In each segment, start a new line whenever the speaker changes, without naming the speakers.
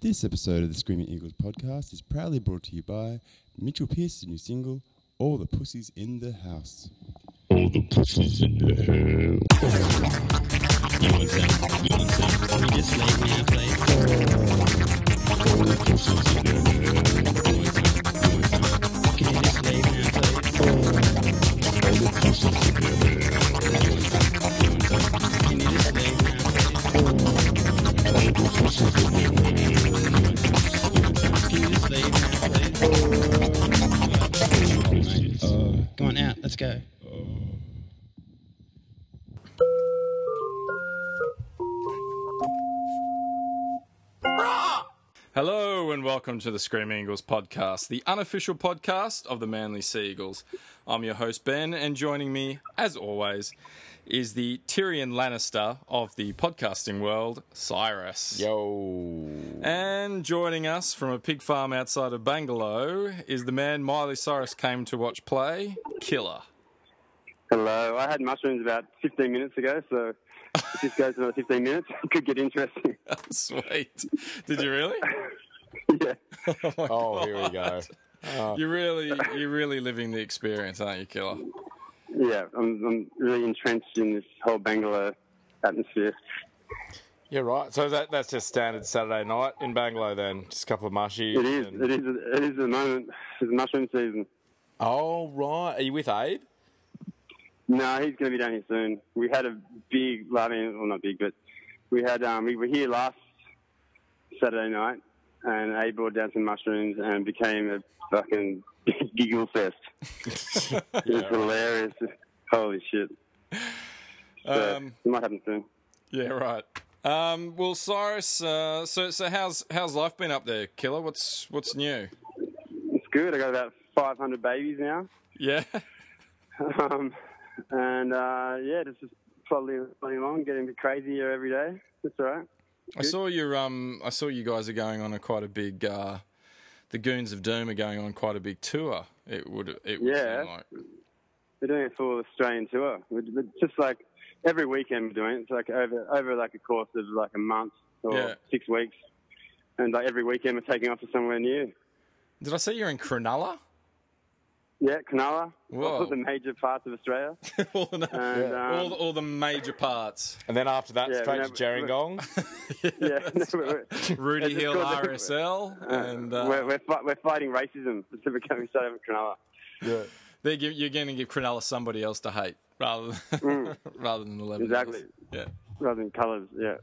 This episode of the Screaming Eagles podcast is proudly brought to you by Mitchell Pearce's new single, All the Pussies in the House.
All the pussies in the hell.
Uh, Come on out, let's go.
Hello and welcome to the Screaming Eagles podcast, the unofficial podcast of the Manly Sea Eagles. I'm your host Ben, and joining me, as always, is the Tyrion Lannister of the podcasting world, Cyrus. Yo. And joining us from a pig farm outside of Bangalore is the man Miley Cyrus came to watch play, Killer.
Hello. I had mushrooms about 15 minutes ago, so if this goes another 15 minutes, it could get interesting.
Sweet. Did you really?
yeah.
Oh, here we go.
You're really, you're really living the experience, aren't you, Killer?
Yeah. I'm, I'm really entrenched in this whole Bangalore atmosphere.
Yeah, right. So that that's just standard Saturday night in Bangalore then. Just a couple of mushies.
It is.
and-
It is. It is the moment. It's mushroom season.
Oh, right. Are you with Abe?
No, he's going to be down here soon. We had a big, well, I mean, well, not big, but we had um, we were here last Saturday night, and A brought down some mushrooms and became a fucking giggle fest. it was hilarious. Holy shit! So,
Um,
it might happen soon.
Yeah, right. Um, well, Cyrus, uh, so so how's how's life been up there, Killer? What's what's new?
It's good. I got about 500 babies now,
Yeah,
um, and uh, yeah, this is plodding, plodding along, getting a bit crazier every day. That's all right.
I saw you. Um, I saw you guys are going on a quite a big. Uh, the Goons of Doom are going on quite a big tour. It would it would
Yeah.
seem like.
We're doing a full Australian tour. We're, we're just like every weekend we're doing it. It's like over over like a course of like a month or
Yeah.
six weeks, and like every weekend we're taking off to somewhere new.
Did I say you're in Cronulla?
Yeah, Cronulla,
Whoa.
all the major parts of Australia,
all, the,
and um,
all, the, all the major parts.
And then after that,
Yeah,
straight
no,
to Jerringong.
yeah, we're, we're-
Rudy
It's
Hill
called the-
RSL, and uh,
we're, we're, fi- we're fighting racism. It's never coming started with Cronulla.
they're gi- you're going to give Cronulla somebody else to hate rather than, rather than the Lebanese.
Mm. Exactly.
Yeah.
Rather than colours, yeah,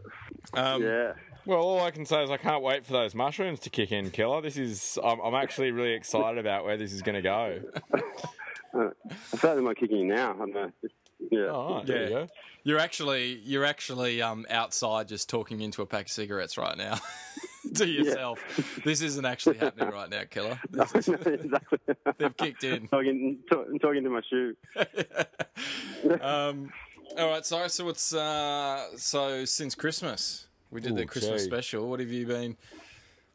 Um,
yeah.
Well, all I can say is I can't wait for those mushrooms to kick in, Killer. This is, I'm, I'm actually really excited about where this is going to go.
I feel like they might kicking you now. I don't know. It's- Yeah,
Oh, All right, there you
Yeah.
go.
You're actually you're actually um, outside just talking into a pack of cigarettes right now to yourself. This isn't actually happening right now, killer. This is-
exactly.
they've kicked in.
talking, talk, talking to my shoe.
Um, all right, sorry. So what's uh, so since Christmas we did the
Ooh,
Christmas
gee. Uh,
special. What have you been?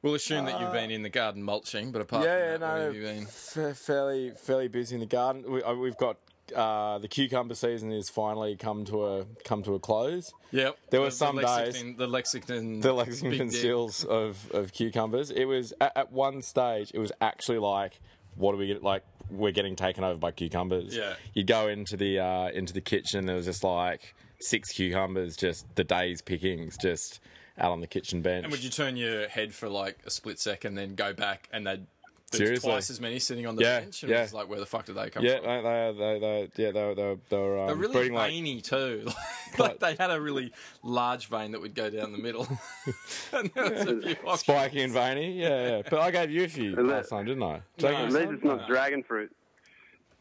We'll assume that you've been in the garden mulching, but apart
yeah,
from that, what have you
no,
been?
fa- fairly fairly busy in the garden. We, uh, we've got uh, the cucumber season is finally come to a come to a close.
Yep.
There
the-
were some
the
days-
Lexington, The Lexington.
the
Big
Lexington
Dick.
seals of, of cucumbers. It was at, at one stage, it was actually like, what do we get? Like we're getting taken over by cucumbers.
Yeah.
You go into the uh, into the kitchen, there was just like six cucumbers, just the day's pickings, just out on the kitchen bench.
And would you turn your head for like a split second, then go back, and they'd there's
Seriously?
twice as many sitting on the
Yeah,
bench? And
yeah.
it was like, where the fuck did they come
yeah,
from?
they, they, they, they, yeah, they, were- they, were- they were um,
They're really
breeding like
veiny too. Like, like they had a really large vein that would go down the middle. and there was a few options.
spiky and veiny. Yeah, yeah. But I gave you a few last time, didn't I? Did I
No.
give
At
you some?
least it's not dragon fruit.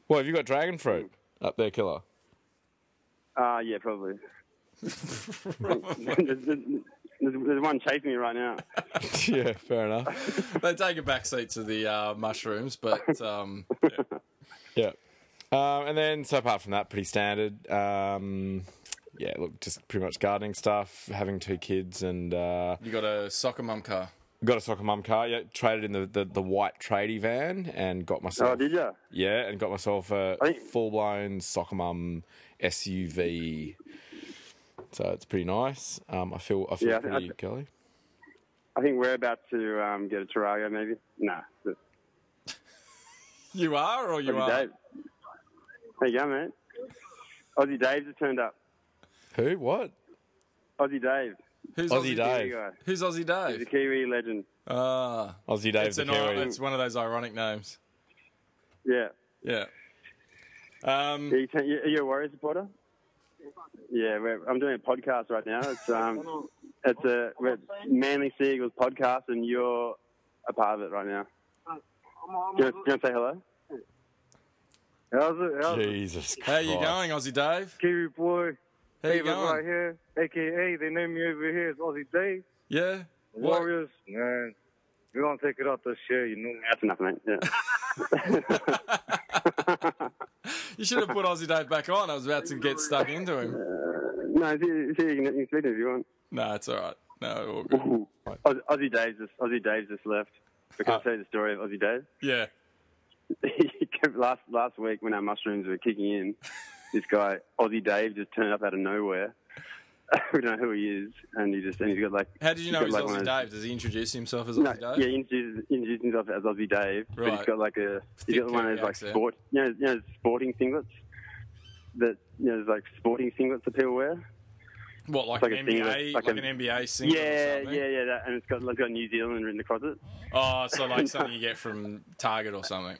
Well, have you got dragon fruit up there, killer?
Uh, yeah, probably. there's, there's, there's one chasing me right now.
yeah, fair enough.
They take a backseat to the uh, mushrooms, but um, yeah.
Yeah. Um, and then, so apart from that, pretty standard. Um, yeah, look, just pretty much gardening stuff, having two kids, and uh,
you got a soccer mum car.
got a soccer mum car. Yeah, traded in the, the, the white tradie van and got myself.
Oh, did ya?
Yeah, and got myself a
I-
full blown soccer mum SUV. So it's pretty nice. Um, I feel I feel
Yeah, I think- I
pretty
think-
girly.
I think we're about to um, get a Tarago, maybe. No. just-
You are or you
Aussie
are?
Dave. There you go, mate. Aussie Dave just turned up.
Who? What?
Aussie Dave.
Who's
Aussie
Aussie,
Dave.
Kiwi guy.
Who's Aussie
He's a
Dave?
Kiwi legend.
Ah,
Aussie Dave
it's,
the
an,
Kiwi.
it's one of those ironic names.
Yeah.
Yeah. Um,
Are you, are you a Warrior supporter? Yeah, we're, I'm doing a podcast right now. It's um, it's a we're Manly Seagulls podcast, and you're a part of it right now. Do you want, do you want to say hello?
How's it? How's it?
Jesus Christ.
how you going, Aussie Dave?
Kiwi boy,
How you
David right
going?
here, aka they name me over here as Aussie Dave.
Yeah. What?
Warriors, man. We're gonna take it out this year, you know.
That's enough, mate. Yeah.
You should have put Aussie Dave back on. I was about to get stuck into him.
Uh, No, it's here- it's here, you can, you can speak to him if you want.
No, it's all right. No, all good.
Aus- Aussie Dave's just Aussie Dave's just left. I can I tell you the story of Aussie Dave.
Yeah.
He kept- last last week when our mushrooms were kicking in, this guy Aussie Dave just turned up out of nowhere. we don't know who he is, and he just and he's got like
How did you
he's
know
got,
he's
like, one
Aussie
of
Dave? Does he introduce himself as
No,
Aussie Dave?
yeah, he introduces, introduces himself as Aussie Dave, but
Right.
he's got like a he's
Thick
got one of those like
accent.
sport, you know, you know, sporting singlets that you know, there's like sporting singlets that people wear.
What, like,
Like
an
a thing
NBA,
with-
like,
like
an,
an-
NBA single?
Yeah,
or something?
yeah, yeah, that, and it's got like got New Zealand written across it.
Oh, so like something you get from Target or something.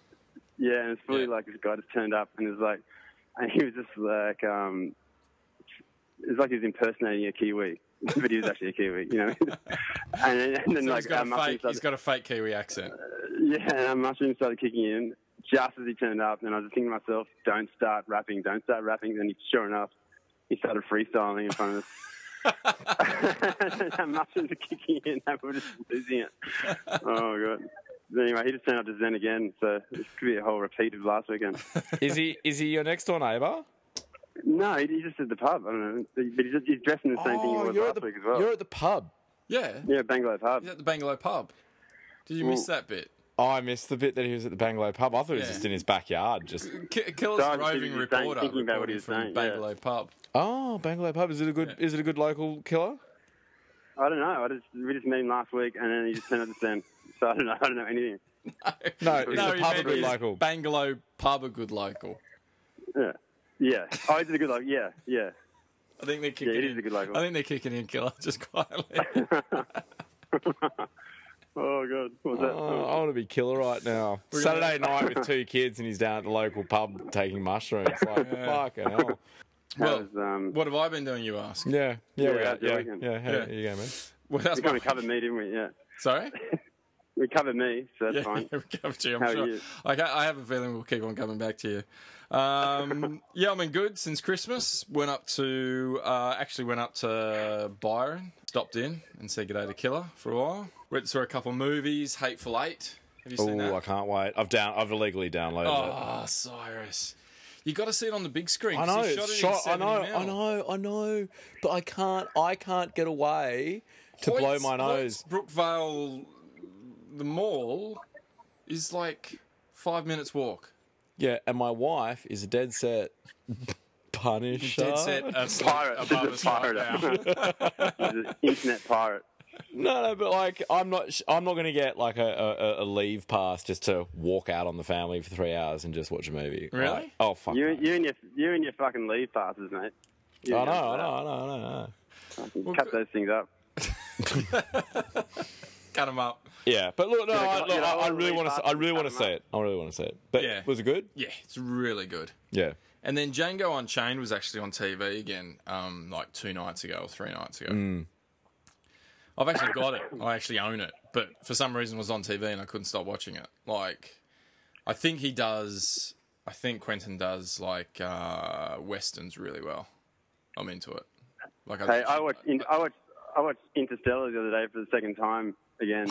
Yeah, and it's fully
Yeah.
like this guy just turned up and is like, and he was just like, um, it's like he was impersonating a Kiwi, but he was actually a Kiwi, you know. and then, and then
So
like
he's got a
um, our
fake.
mushrooms
He's
started,
got a fake Kiwi accent.
Uh, yeah, and our mushrooms started kicking in just as he turned up, and I was just thinking to myself, don't start rapping, don't start rapping. And he, sure enough, he started freestyling in front of us. our mushrooms are kicking in, and we're just losing it. Oh my god. Anyway, he just turned up to Zen again, so this could be a whole repeat of last weekend.
Is he is he your next door neighbour?
No, he, he just at the pub. I don't know. But he's, he's dressed in the same thing he was
Oh, you're,
last
at the,
week as well.
you're at the pub.
Yeah,
Yeah, Bangalore pub.
he's at the Bangalore pub. Did you miss that bit?
Oh, I missed the bit that he was at the Bangalore pub. I thought he was
Yeah.
just in his backyard. Just
K- Killer's
Sorry,
a roving
he's saying-
reporter
thinking about what
reporting
he's
from
saying, yeah.
Bangalore pub.
oh, Bangalore pub. Is it a good? Is it a good local killer?
I don't know. I just we just met him last week, and then he just turned up to Zen. So I don't know. I don't know anything.
No,
no,
is the
he
pub a
meant
good
is
local?
Bangalore pub a good local.
Yeah, yeah. Oh, he's a good like. Yeah, yeah.
I think they're kicking
it
in.
is a good local.
I think they're kicking in Killer just quietly.
Oh god, what was that?
Oh, I want to be killer right now. Saturday night with two kids, and he's down at the local pub taking mushrooms. Like fucking hell.
That
well,
was, um,
what have I been doing? You ask.
Yeah, yeah, we
Yeah,
got-
yeah,
yeah,
we can-
yeah. Hey,
yeah.
you go, man.
Well, that's
we kind
my,
of covered me, didn't we? Yeah,
sorry.
we covered me, so that's
Yeah,
fine.
yeah, we covered you, I'm
How are
sure.
you?
I, ca- I have a feeling we'll keep on coming back to you. Um, yeah, I'm in good since Christmas. Went up to, uh, actually went up to Byron, stopped in and said g'day to Killer for a while. Went and saw a couple movies, Hateful Eight. Have you seen
Oh, I
that?
can't wait. I've down. I've illegally downloaded it.
Oh, Cyrus. You got to see it on the big screen.
I
'cause
know.
he
Shot
it in
shot, I
70
know.
mil.
I know. I know. But I can't. I can't get away to blow
Hoyts-
my nose.
Hoyts Brookvale, the mall, is like five minutes walk.
Yeah, and my wife is a dead set punisher.
Dead set. asleep
Pirate.
above
She's a
us right
pirate.
now.
He's an internet pirate.
No, no, but like I'm not. sh- I'm not going to get like a, a, a leave pass just to walk out on the family for three hours and just watch a movie.
Really?
Like, oh fuck.
You,
no.
you and your, you and your fucking leave passes, mate. You
I know.
know,
I know. I know. I know.
Cut those things up.
Cut them up.
Yeah, but look, no,
Yeah,
I,
you
look,
know,
I, I
all the
really
leave
want to. I
passes
really want to
cut 'em
say it. I really want to say it. But
Yeah.
was it good?
Yeah, it's really good.
Yeah.
And then Django Unchained was actually on TV again, um, like two nights ago or three nights ago. I've actually got it. I actually own it, but for some reason it was on TV and I couldn't stop watching it. Like, I think he does. I think Quentin does like uh, westerns really well. I'm into it. Like, I,
Hey, I watched, in, I watched, I watched Interstellar the other day for the second time again.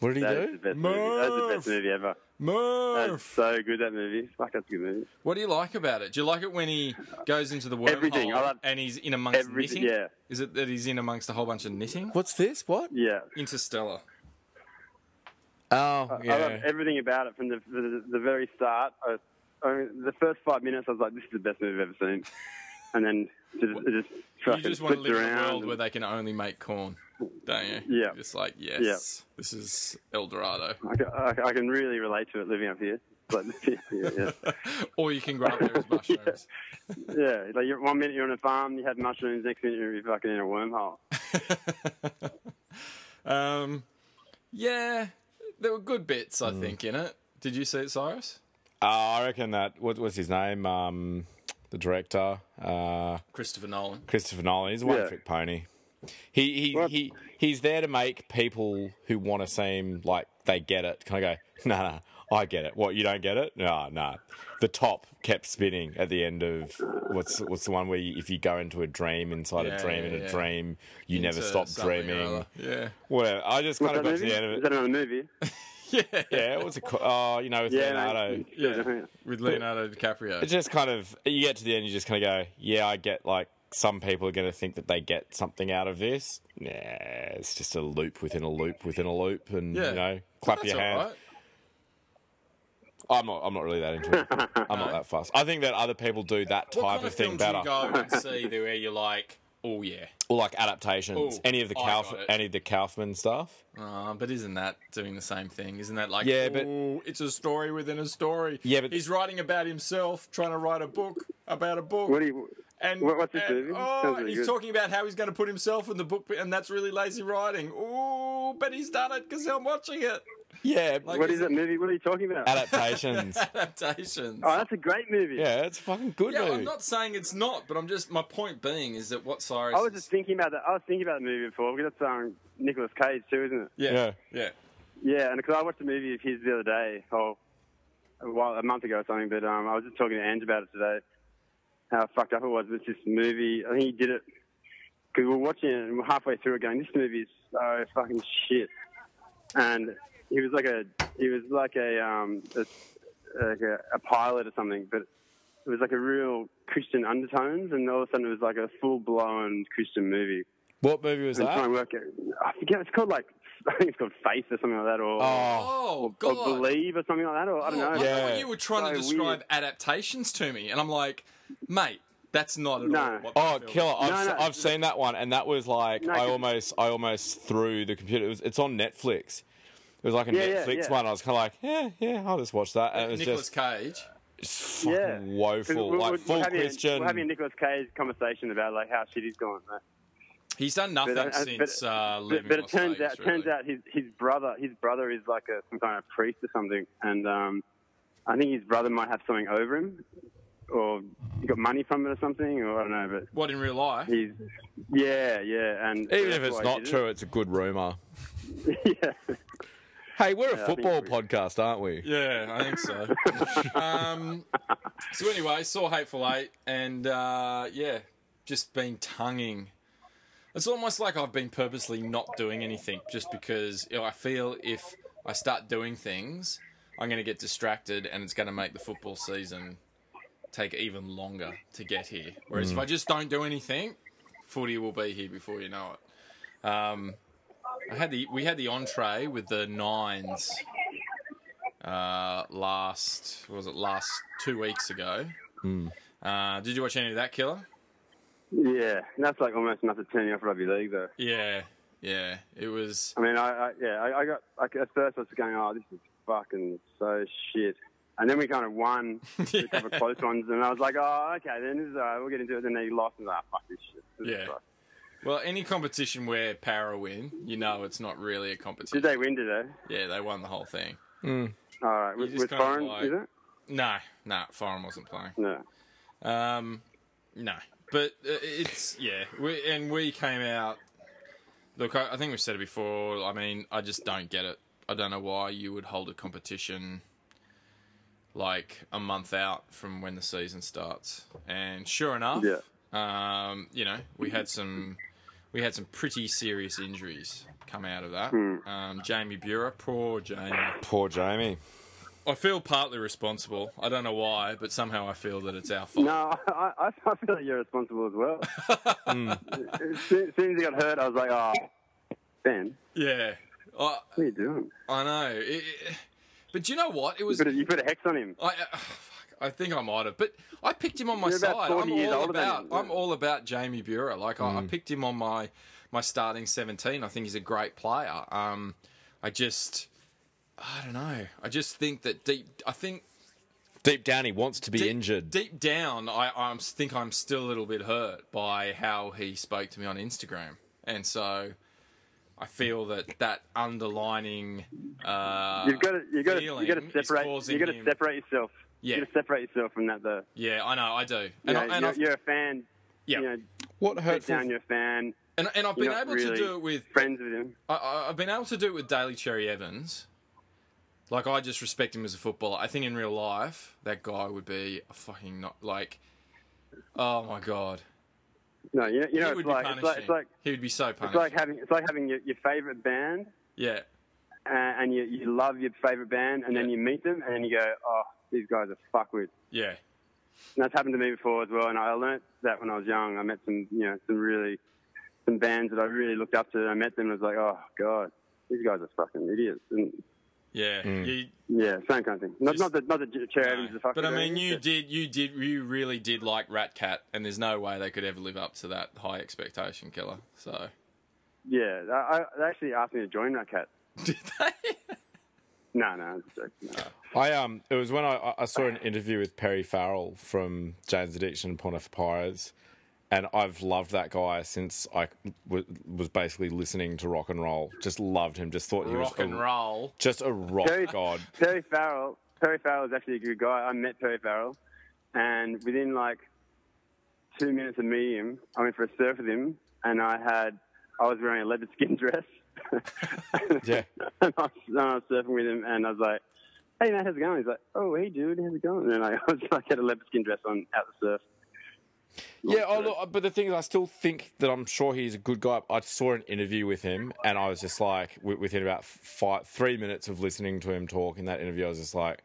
What did he
That is
do?
the best movie. That is the
Murph.
best movie ever. That's
Murph.
so good that movie. Fuck, that's a good movie.
What do you like about it? Do you like it when he goes into the wormhole
Everything. I love-
and he's in amongst
everything,
knitting?
yeah.
Is it that he's in amongst a whole bunch of knitting?
What's this? What?
Yeah.
Interstellar.
Oh, yeah.
I love everything about it from the the, the very start. I, I mean, the first five minutes, I was like, "This is the best movie I've ever seen," and then it just, it just
You
fucking
just want to
flipped
live in a
around
world
and-
where they can only make corn. don't you?
Yeah.
You're Just like, yes, this is El Dorado.
I can, I, I can really relate to it living up here. But yeah, yeah,
All you can grow up there is mushrooms.
yeah. Like you're, one minute you're on a farm, you have mushrooms. Next minute you're fucking in a wormhole.
Um, yeah, there were good bits,
Mm.
I think, in it. Did you see it, Cyrus?
Uh, I reckon that what was his name? Um, the director, uh,
Christopher Nolan.
Christopher Nolan. He's a one
Yeah.
trick pony. He he,
Well-
he he's there to make people who want to seem like they get it kind of go, nah, nah, I get it. What you don't get it? No, no. The top kept spinning at the end of what's what's the one where you, if you go into a dream inside
Yeah,
a dream
yeah,
in a
yeah.
dream, you never
Into
stop
something or
dreaming.
other. Yeah.
Whatever. I just kind of got to
What's that movie?
the end of
Is
it.
that another movie?
Yeah.
Yeah, what's it called? Oh, you know, with
Yeah,
Leonardo.
mate.
Yeah. With Leonardo DiCaprio.
It's just kind of you get to the end, you just kind of go, yeah, I get like some people are going to think that they get something out of this. Nah, it's just a loop within a loop within a loop, and
Yeah.
you know,
But
clap
that's
your hand.
all right.
I'm not, I'm not really that into it. I'm not that fast. I think that other people do that type
What kind
of,
of, films
thing
do
better,
you go and see that where you're like, oh yeah,
or like adaptations.
Ooh,
any of the
I got
Kauf-
it.
any of the Kaufman stuff.
uh, but isn't that doing the same thing? Isn't that like,
Yeah, but-
"Ooh, it's a story within a story?
Yeah, but-
he's writing about himself, trying to write a book about a book.
What do you?
and
what- what's this
and-
movie?
Oh,
Sounds really
he's
good.
talking about how he's going to put himself in the book, and that's really lazy writing. Ooh, but he's done it because I'm watching it.
Yeah,
Like-
What is that movie? What are you talking about?
adaptations.
Adaptations.
Oh, that's a great movie.
yeah, it's a fucking good.
yeah,
movie.
I'm not saying it's not, but I'm just my point being is that what Cyrus.
I was
is-
just thinking about that. I was thinking about the movie before because that's um, Nicholas Cage too, isn't it?
yeah, yeah,
Yeah, and because I watched a movie of his the other day, or a, while, a month ago or something. But um, I was just talking to Ange about it today, how fucked up it was. But this movie, I think he did it because we were watching it and we're halfway through it, going, "This movie is so fucking shit." And he was like a, he was like a, um, a, like a, a pilot or something, but it was like a real Christian undertones, and all of a sudden it was like a full blown Christian movie.
What movie was
And try
that?
and work it. I forget. It's called like I think it's called Faith or something like that,
Oh,
or
Oh
or
God.
Believe or something like that, or I don't know.
I
Yeah.
thought you were trying to
So
describe
weird.
adaptations to me, and I'm like, mate, that's not at
No.
all. What
Oh,
that film
killer! I've,
No,
se-
no.
I've seen that one, and that was like
No,
I
'cause-
almost, I almost threw the computer. It was, it's on Netflix. It was like a
Yeah, yeah,
Netflix
yeah.
one. I was kind of like, yeah, yeah, I'll just watch that. And it
is.
was
Nicolas
just
Cage.
fucking
Yeah. 'Cause
woeful, like full
having A,
Christian.
we're having a Nicolas Cage conversation about like how shit he's gone. right?
He's done nothing
But, uh,
since
but-
uh,
But,
living.
but it
Las
turns
Vegas,
out,
really.
turns out his his brother his brother is like a some kind of priest or something, and um, I think his brother might have something over him, or he got money from it or something, or I don't know. But
What in real life?
he's yeah, yeah, and
Even
that's
if
why
it's
he
not
did it.
true, it's a good rumor.
yeah.
Hey, we're a
I think
football
we-
podcast, aren't we?
Yeah, I think so. um, so anyway, saw Hateful Eight, and uh, yeah, just been tonguing. It's almost like I've been purposely not doing anything, just because you know, I feel if I start doing things, I'm going to get distracted, and it's going to make the football season take even longer to get here. Whereas if I just don't do anything, footy will be here before you know it. Um, I had the we had the entree with the nines uh, last what was it last two weeks ago. Uh, did you watch any of that, Killer?
Yeah, and that's like almost enough to turn you off rugby league, though.
Yeah, yeah. It was
I mean, I, I yeah, I, I got like at first I was going, oh, this is fucking so shit, and then we kind of won a couple of close ones, and I was like, oh, okay, then this is alright, we're gonna do it. Then they lost, and I "Ah, fuck this shit. This is
Yeah.
fucked.
well any competition where Para win, you know, it's not really a competition.
Did they win today?
Yeah, they won the whole thing.
All right,
You
with,
just
with
kind of
foreign,
like-
is it?
No, no, Foreign wasn't playing.
No.
Um, no, but uh, it's yeah, we, and we came out. Look, I, I think we've said it before. I mean, I just don't get it. I don't know why you would hold a competition like a month out from when the season starts. And sure enough,
Yeah.
um, you know, we had some we had some pretty serious injuries come out of that. Um, Jamie Bura, poor Jamie.
Poor Jamie.
I feel partly responsible. I don't know why, but somehow I feel that it's our fault.
No, I, I, I feel like you're responsible as well.
Hmm.
as, soon, as soon as he got hurt, I was like, oh, Ben,
Yeah. I,
what are you doing?
I know. It, it- but do you know what? It
You
was.
put a, you put a hex on him.
I, uh, fuck, I think I might have, but I picked him on my
You're
side.
about 40
I'm
years
all
older than Hmm.
about.
him.
I'm all about Jamie Bura. Like I, I picked him on my my starting 17. I think he's a great player. Um, I just, I don't know. I just think that deep, I think
Deep down, he wants to be injured.
deep down, I, I think I'm still a little bit hurt by how he spoke to me on Instagram, and so I feel that that underlining uh,
You've got to you got to you got
feeling
to
is
separate
causing
you got to
him-
separate yourself.
Yeah.
You got to separate yourself from that though.
yeah, I know, I do,
You
and, I,
know,
and
you're,
I've,
you're a fan.
yeah,
You know,
What
put
hurtful?
down your fan.
and, and I've
You're
been
not
able to
really
do it with
friends with him.
I- I, I've been able to do it with Daily Cherry Evans. Like I just respect him as a footballer. I think in real life that guy would be a fucking not like. Oh my god,
No, you know, you know
he would
it's,
be
like, it's
punishing.
like it's like
he would be so
it's
punished.
like having it's like having your, your favorite band
yeah,
and, and you, you love your favorite band and then
Yeah.
you meet them and then you go, oh, these guys are fuckwits.
yeah.
And that's happened to me before as well. And I learnt that when I was young. I met some, you know, some really, some bands that I really looked up to. And I met them and I was like, oh, God, these guys are fucking idiots. And
Yeah,
Mm.
you,
yeah, same kind of thing. Not,
Just-
not that, not that J- Cherry Evans is a fucking
but I mean,
idiot,
you
but-
did, you did, you really did like Rat Cat, and there's no way they could ever live up to that high expectation, killer. So,
Yeah, I, I, they actually asked me to join that cat.
did they?
No, no, it's a joke. No.
I um, it was when I, I- I saw an interview with Perry Farrell from Jane's Addiction and Porn for Pyros, and I've loved that guy since I w- was basically listening to rock and roll. Just loved him. Just thought he
Rock
was
and
a,
roll.
just a rock
Perry-
god.
Perry Farrell. Perry Farrell is actually a good guy. I met Perry Farrell, and within like two minutes of meeting him, I went for a surf with him, and I had I was wearing a leopard skin dress.
Yeah.
and I, was, and I was surfing with him, and I was like, "Hey man, how's it going?" He's like, "Oh, hey dude, how's it going?" And I was like, had a leopard skin dress on out the surf.
Yeah, oh, look, but the thing is, I still think that I'm sure he's a good guy. I saw an interview with him, and I was just like, wi- within about five, three minutes of listening to him talk in that interview, I was just like,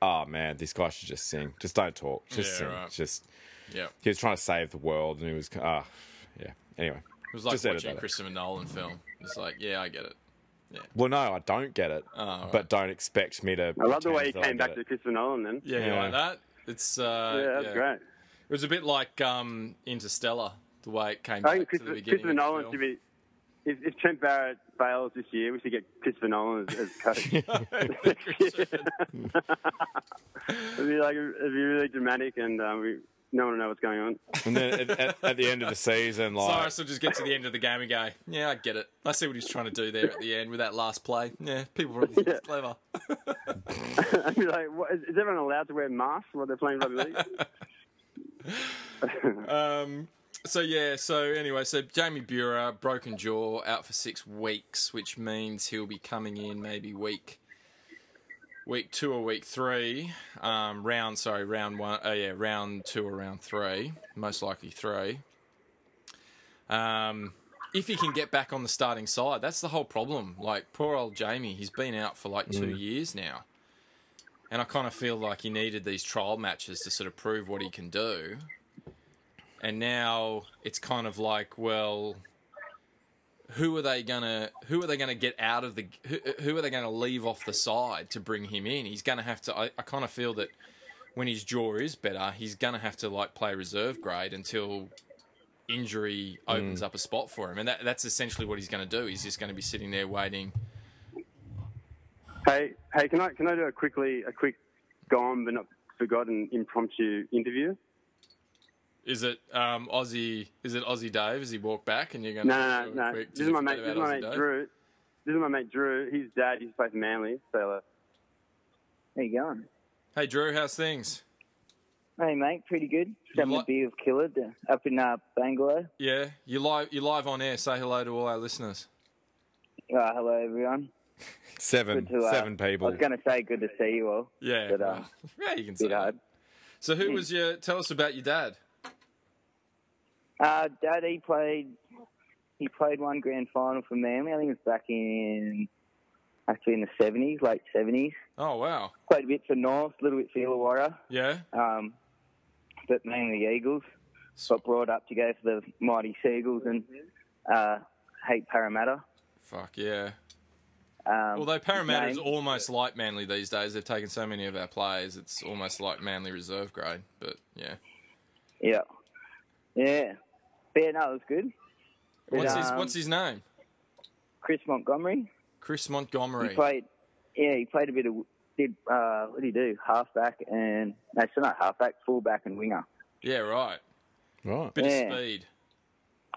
oh man, this guy should just sing. Just don't talk. Just
Yeah,
sing.
right.
Just
Yeah,
he was trying to save the world, and he was, ah, yeah. Anyway,
it was like
Just edit
watching a
that.
Christopher Nolan film. It's like, yeah, I get it.
well, no, I don't get it,
alright.
but don't expect me to.
I love the way he
pretend that I get it.
came back to Christopher Nolan. Then
Yeah, you
Yeah.
like that? It's uh,
yeah, that's great.
It was a bit like um, Interstellar, the way it came
I
back
think
to the
Christopher,
beginning.
Christopher
of the
Nolan
film.
should be. If, if Trent Barrett fails this year, we should get Christopher Nolan as, as coach. it'd be like it'd be really dramatic, and um, we, no one will know what's going on.
And then at, at, at the end of the season, like,
Cyrus will just get to the end of the game and go, "Yeah, I get it. I see what he's trying to do there at the end with that last play. Yeah, people probably think it's clever."
I'd be like, what, is, is everyone allowed to wear masks while they're playing rugby league?
Um, so yeah, so anyway, so Jamie Bura broken jaw, out for six weeks, which means he'll be coming in maybe week, week two or week three, um, round sorry, round one, oh yeah, round two or round three, most likely three. Um, if he can get back on the starting side, that's the whole problem. Like poor old Jamie, he's been out for like two years now. And I kind of feel like he needed these trial matches to sort of prove what he can do and now it's kind of like well who are they gonna who are they gonna get out of the who, who are they gonna leave off the side to bring him in he's gonna have to i, I kind of feel that when his jaw is better he's gonna have to like play reserve grade until injury opens up a spot for him and that, that's essentially what he's gonna do he's just gonna be sitting there waiting
hey, hey, can I can I do a quickly a quick gone but not forgotten impromptu interview?
is it um aussie is it aussie dave has he walked back and you're gonna
No, no,
do a
no, no.
quick-
This
did
is my
you
mate.
forget
This is
about Aussie
my mate
Dave?
Drew. This is my mate Drew. His dad. He's both Manly. So uh, hello.
How you going?
hey drew how's things
Hey mate, pretty good. Just
You
having
like-
a beer with Killer d- up in uh, Bangalore.
Yeah, you live. You live on air. Say hello to all our listeners.
Uh, hello everyone.
seven,
Good to, uh,
seven people.
I was going to say good to see you all.
Yeah,
But, uh,
yeah, you can say.
Bit
that.
hard. Hmm.
So, who was your? Tell us about your dad.
Uh, Dad, he played. He played one grand final for Manly. I think it was back in actually in the seventies, late seventies.
Oh wow.
Played a bit for North, a little bit for Illawarra,
Yeah.
um, but mainly the Eagles.
So-
Got brought up to go for the mighty Seagulls and uh, hate Parramatta.
Fuck yeah.
Um,
Although Parramatta is
name-
almost like Manly these days. They've taken so many of our players. It's almost like Manly reserve grade. But yeah.
Yeah. Yeah. But yeah, no, it was good. But,
What's his
um,
What's his name?
Chris Montgomery.
Chris Montgomery.
He played. Yeah, he played a bit of. Did uh, what did he do? Halfback and no, so not halfback, fullback and winger.
Yeah, right.
Right.
Bit
Yeah.
of speed.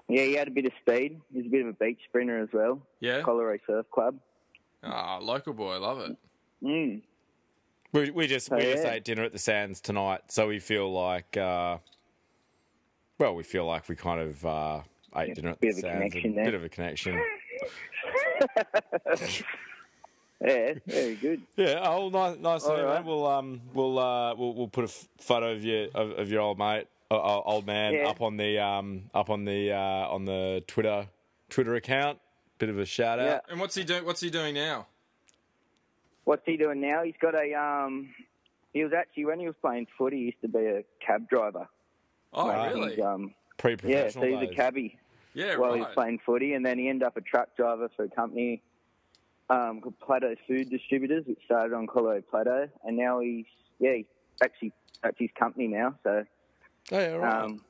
Yeah, he had a bit of speed. He's a bit of a beach sprinter as well.
Yeah.
Colorado Surf Club.
Ah, local boy, love it.
Mm.
We, we just we
So,
just
yeah.
ate dinner at the Sands tonight, so we feel like, uh, well, we feel like we kind of uh, ate dinner at the
bit of a
Sands.
connection there.
bit of a connection.
Yeah, very good.
Yeah, oh, nice, nice
All
to meet you, mate.
right.
We'll um, we'll uh, we'll, we'll put a f- photo of your of, of your old mate, uh, uh, old man,
Yeah.
up on the um, up on the uh, on the Twitter Twitter account. Bit of a shout out.
Yeah.
And what's he doing? What's he doing now?
What's he doing now? He's got a um. He was actually when he was playing footy, he used to be a cab driver.
Oh,
Like,
really?
he's, um, yeah, so
Pre-professional
he's
days.
a cabbie.
yeah,
while he was
right.
playing footy, and then he ended up a truck driver for a company um, called Plato Food Distributors, which started on Colo Plato, and now he's yeah, he actually that's his company now. So
Oh, yeah, right.
um,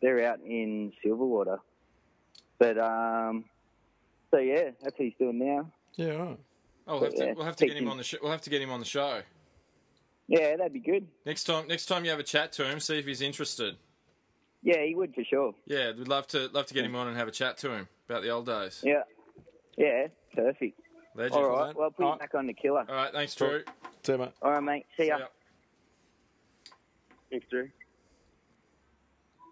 they're out in Silverwater, but um, so yeah, that's what he's doing now.
yeah, right.
Oh, we'll have to,
yeah,
we'll have to get him
speaking-
on the show. We'll have to get him on the show
Yeah, that'd be good.
next time. Next time you have a chat to him, see if he's interested.
Yeah, he would for sure.
Yeah, we'd love to love to get him on and have a chat to him about the old days.
Yeah, yeah, perfect.
Legend.
All right, well, put
All
him
right.
back on the killer.
All right, thanks, Drew.
See you, mate.
All right, mate. See ya.
Yeah.
Thanks, Drew.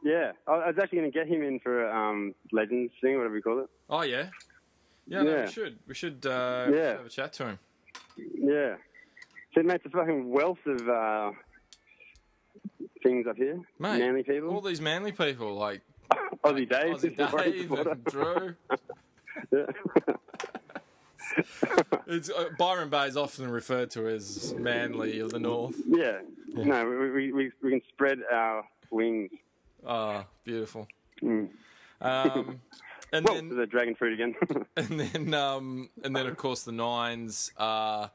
Yeah, I I was actually going to get him in for um, Legends thing, whatever you call it.
Oh yeah, yeah. No,
Yeah.
we should we should uh,
Yeah.
have a chat to him.
Yeah. So it makes a fucking wealth of uh, things up here.
Mate,
Manly people.
All these manly people like
Aussie Dave.
Aussie Dave and Drew. It's, uh, Byron Bay is often referred to as Manly of the North.
yeah. No, we, we, we, we can spread our wings.
Ah, beautiful. Um, and
Mm. Well,
then
the dragon fruit again.
and then um, and then of course the nines are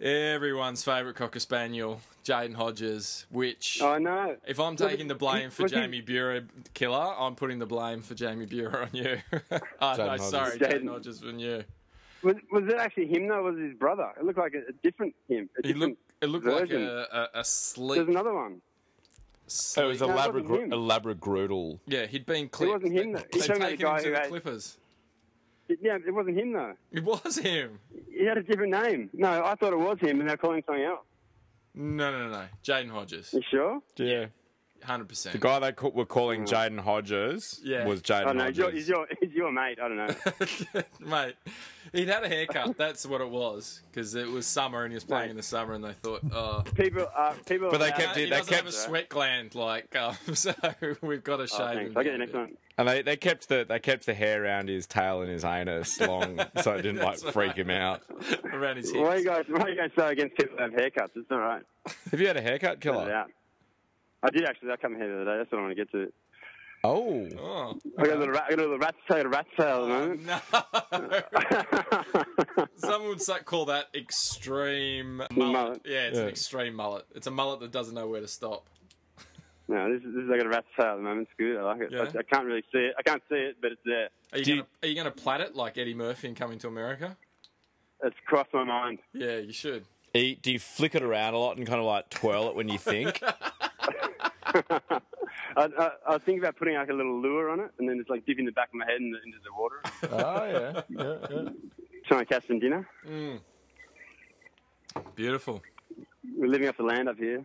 everyone's favourite cocker spaniel, Jaden Hodges. Which
oh, no.
if I'm taking the blame for
look at-
Jamie Bure killer, I'm putting the blame for Jamie Bure on you. oh, no,
Hodges.
sorry,
Jaden.
Jaden Hodges on you.
Was, was it actually him, though? or Was it his brother? It looked like a, a different him. A
It
different
looked it looked
version.
like a, a, a sleek.
There's another one.
So it was Oh, a
No, it wasn't
Labragru-
him.
a Labragroodle.
Yeah, he'd been clipped.
wasn't him
They-
that- he's
they'd
talking about the
taken him
guy
to
who
the
had-
Clippers.
It- yeah, it wasn't him, though.
It was him.
He had a different name. No, I thought it was him, and they're calling him something else.
No, no, no. Jaden Hodges,
You sure?
Yeah.
hundred
The
percent.
guy they ca- were calling Jaden Hodges
Yeah.
was Jaden
Mm. Oh, no, he's
Hodges.
your, he's, your, he's your mate. I don't know.
Mate, he'd had a haircut. That's what it was because it was summer and he was playing in the summer, and they thought, oh.
People, uh, people.
But they
uh,
kept
He
it- they
doesn't
kept-
have a sweat gland, like um, so. We've got to shave.
Oh,
him
thanks. I'll get the
down a
next
bit.
one.
And they, they kept the they kept the hair around his tail and his anus long so it didn't like
That's
freak
right.
him out.
around his
Why are
hips.
you guys? Why are you guys so against people that have haircuts? It's all right.
Have you had a haircut,
Cut it
killer?
out. I did actually. I come here the other day. That's what I want to get to.
Oh,
Oh
I got a little rat. I got a little rat tail. Rat tail. at the moment.
no!
Um.
Someone would say, call that extreme mullet.
mullet.
Yeah, it's an
Yeah.
extreme mullet. It's a mullet that doesn't know where to stop.
No, this is, this is. I got a rat tail at the moment. It's good. I like it.
Yeah.
I, I can't really see it. I can't see it, but it's there.
Are you,
Do you-
gonna, are you gonna plait it like Eddie Murphy in Coming to America?
It's crossed my mind.
Yeah, you should.
E- do you flick it around a lot and kind of like twirl it when you think?
I, I, I was thinking about putting like a little lure on it, and then just like dipping the back of my head in the, into the water,
oh yeah, yeah, yeah.
trying to catch some dinner.
Beautiful.
We're living off the land up here.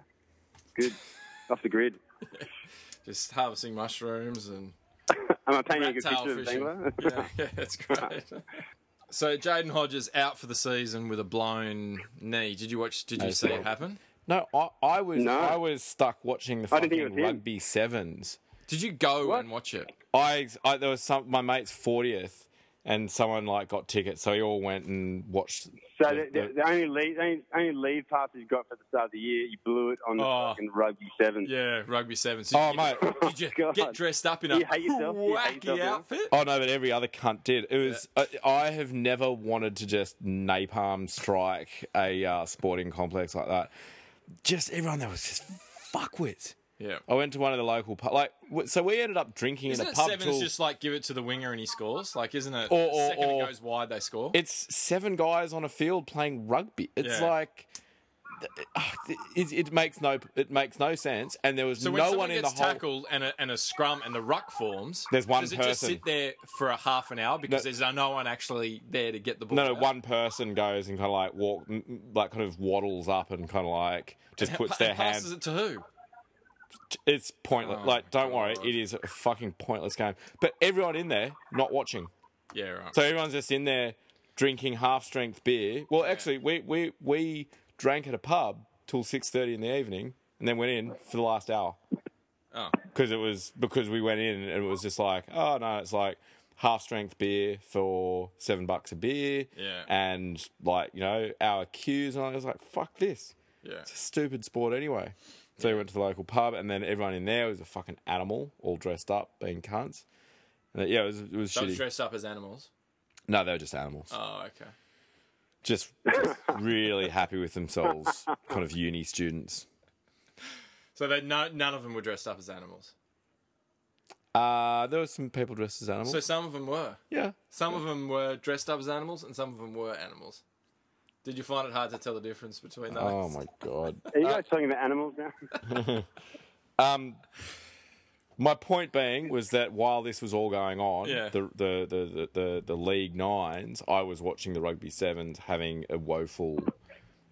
Good. Off the grid.
Just harvesting mushrooms and
Am I painting a
rat
good
tail
picture of
fishing.
Bangla?
Yeah, yeah, that's great. So Jaden Hodges out for the season with a blown knee. Did you watch? Did you see it happen?
No, I, I was
No.
I was stuck watching the
I didn't think it
fucking
was him.
rugby sevens.
Did you go and watch it?
I, I there was some my mate's fortieth, and someone like got tickets, so we all went and watched.
So the, the, the only lead, only, only lead pass you got for the start of the year, you blew it on the
Oh.
fucking rugby sevens.
Yeah, rugby sevens. Did
oh
you,
mate,
did you
God.
get dressed up in a
You hate yourself? You hate
wacky
yourself, yeah?
outfit?
Oh no, but every other cunt did. It was I, I have never wanted to just napalm strike a uh, sporting complex like that. Just everyone there was just fuckwits.
Yeah.
I went to one of the local pubs. Like, w- so we ended up drinking
Isn't
in a
it
pub
seven's
till
just like give it to the winger and he scores? Like, isn't it?
Or- or-
second
or-
it goes wide, they score.
it's seven guys on a field playing rugby. It's
Yeah.
like th- ah, th- it, it makes no it makes no sense. And there was
so when
no
someone
one in the
gets
whole.
tackled and a, and a scrum and the ruck forms,
There's one
does it just
person.
sit there for a half an hour because
No.
there's no one actually there to get the ball?
No, no,
out?
one person goes and kind of like walk, m- m- like kind of waddles up and kind of like just
And
puts
pa-
their
and
hand.
Passes it to who?
It's pointless.
Oh
like,
my
don't worry,
God.
it is a fucking pointless game. But everyone in there not watching.
Yeah, right.
So everyone's just in there drinking half strength beer. Well, actually, we, we, we drank at a pub till six thirty in the evening, and then went in for the last hour
oh,
because it was because we went in and it was just like, oh no, it's like half strength beer for seven bucks a beer,
Yeah.
and like you know our queues, and I was like, fuck this,
yeah.
it's a stupid sport anyway. So we went to the local pub, and then everyone in there was a fucking animal, all dressed up, being cunts. And yeah, it was, it was
They were
shitty.
dressed up as animals.
no, they were just animals
Oh, okay.
just really happy with themselves, kind of uni students.
So they no, none of them were dressed up as animals.
Uh, there were some people dressed as animals.
So some of them were.
yeah.
Some of them were dressed up as animals, and some of them were animals. Did you find it hard to tell the difference between those?
Oh my god.
Are you guys talking about animals now?
Um, my point being was that while this was all going on,
Yeah.
the, the, the, the, the the league nines, I was watching the rugby sevens, having a woeful,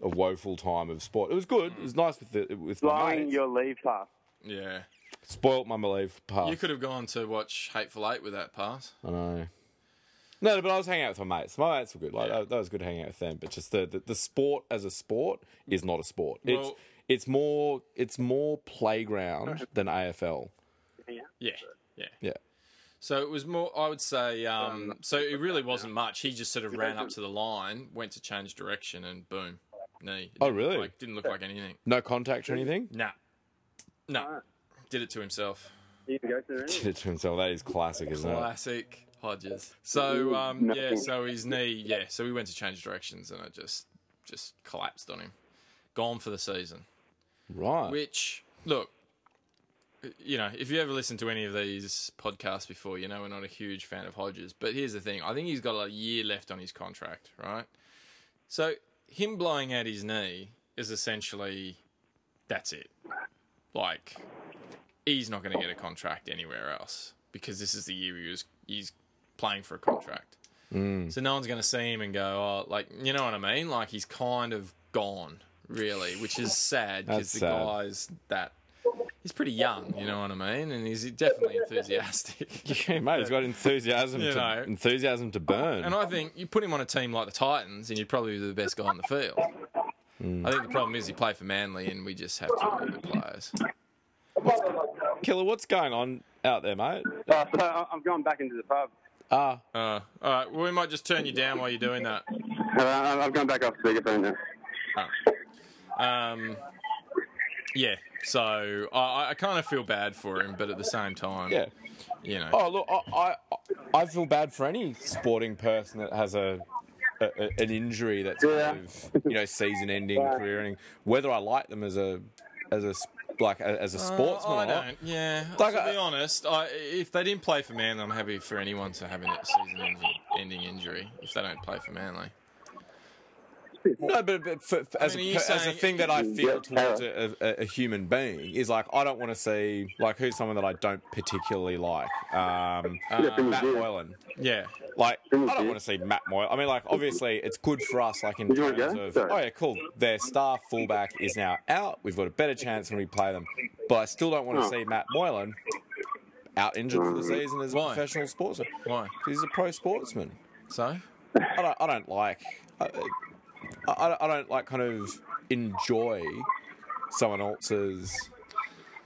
a woeful time of sport. It was good. It was nice with the with my
Blowing
mates.
your leave pass.
Yeah.
Spoilt my belief pass.
You could have gone to watch Hateful Eight with that pass.
I know. No, but I was hanging out with my mates. My mates were good. Like that, that was good hanging out with them. But just the, the, the sport as a sport is not a sport. It's
Well-
it's more it's more playground than AFL.
Yeah. Yeah.
Yeah.
So it was more, I would say, um, so it really wasn't much. He just sort of ran up to the line, went to change direction, and boom, knee. It
Oh,
didn't look
really?
Like, didn't look like anything.
No contact or anything.
Nah. Nah. Did it to himself.
You can go to
Did it to himself. That is classic, isn't it?
Classic Hodges. So um,
no.
yeah, so his knee, yeah, so we went to change directions and it just just collapsed on him. Gone for the season.
Right.
Which look, you know, if you ever listen to any of these podcasts before, you know we're not a huge fan of Hodges. But here's the thing: I think he's got a year left on his contract, right? So him blowing out his knee is essentially that's it. Like he's not going to get a contract anywhere else because this is the year he was he's playing for a contract.
Mm.
So no one's going to see him and go, oh, like you know what I mean? Like he's kind of gone, really, which is sad because
That's
the
sad.
guy's that he's pretty young, you know what I mean, and he's definitely enthusiastic.
Yeah, mate, he's got enthusiasm
You
to
know.
enthusiasm to burn.
And I think you put him on a team like the Titans, and you'd probably be the best guy on the field.
Mm.
I think the problem is he played for Manly, and we just have too many good players.
Killer, what's going on out there, mate?
Uh, so I- I'm going back into the pub.
Ah,
Uh, all right, well, we might just turn you down while you're doing that.
Uh, I've gone back off speakerphone now.
Um, yeah, so I, I kind of feel bad for him, but at the same time,
yeah.
you know,
Oh look, I, I I feel bad for any sporting person that has a, a a- an injury that's
Yeah.
kind of you know season ending, career ending. Whether I like them as a as a s- like a, as a sportsman,
Uh, I
or not.
don't. Yeah,
Like, uh,
to be
I-
honest, I, if they didn't play for Manly, I'm happy for anyone to have a season-ending injury if they don't play for Manly.
No, but, but for, for- as,
mean,
a,
are you
per- as a
saying-
thing that I feel
Yeah.
towards a, a, a human being is like I don't want to see like who's someone that I don't particularly like. Um, Matt Moylan.
Yeah,
Like, I
was
don't
good.
want to see Matt Moyle. I mean, like, obviously, it's good for us, like, in
you wanna
terms
go?
of,
Sorry.
oh, yeah, cool. Their star fullback is now out. We've got a better chance when we play them. But I still don't want to
Oh.
see Matt Moylan out injured for the season as a
Mm. Why?
professional sportsman.
why?
'Cause He's a pro sportsman.
So
I don't, I don't like, I, I, I don't, like, kind of enjoy someone else's.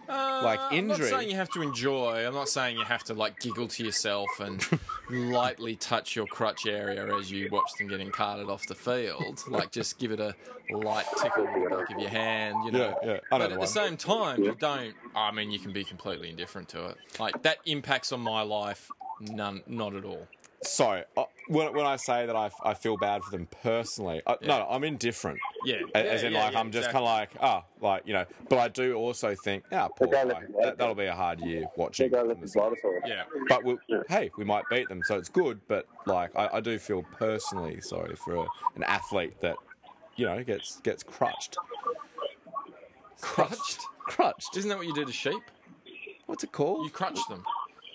Like
Uh, I'm not
injury.
saying you have to enjoy. I'm not saying you have to like giggle to yourself and lightly touch your crutch area as you watch them getting carted off the field. Like just give it a light tickle with the back of your hand, you know.
Yeah, yeah, I
But
know the
at the
one.
same time, you don't. I mean, you can be completely indifferent to it. Like that impacts on my life. None, not at all.
So, uh, when, when I say that I, I feel bad for them personally, I, no, I'm indifferent.
Yeah.
As in,
Yeah,
like,
yeah,
I'm just
exactly.
kind of like, ah, like, you know. But I do also think, ah, poor
They're
guy.
going to listen
That, that'll be a hard year watching.
Go listen to Vital.
Yeah.
But we, hey, we might beat them, so it's good. But like, I, I do feel personally sorry for a, an athlete that, you know, gets gets crutched.
Crutched?
Crutched.
Isn't that what you do to sheep?
What's it called?
You crutch them.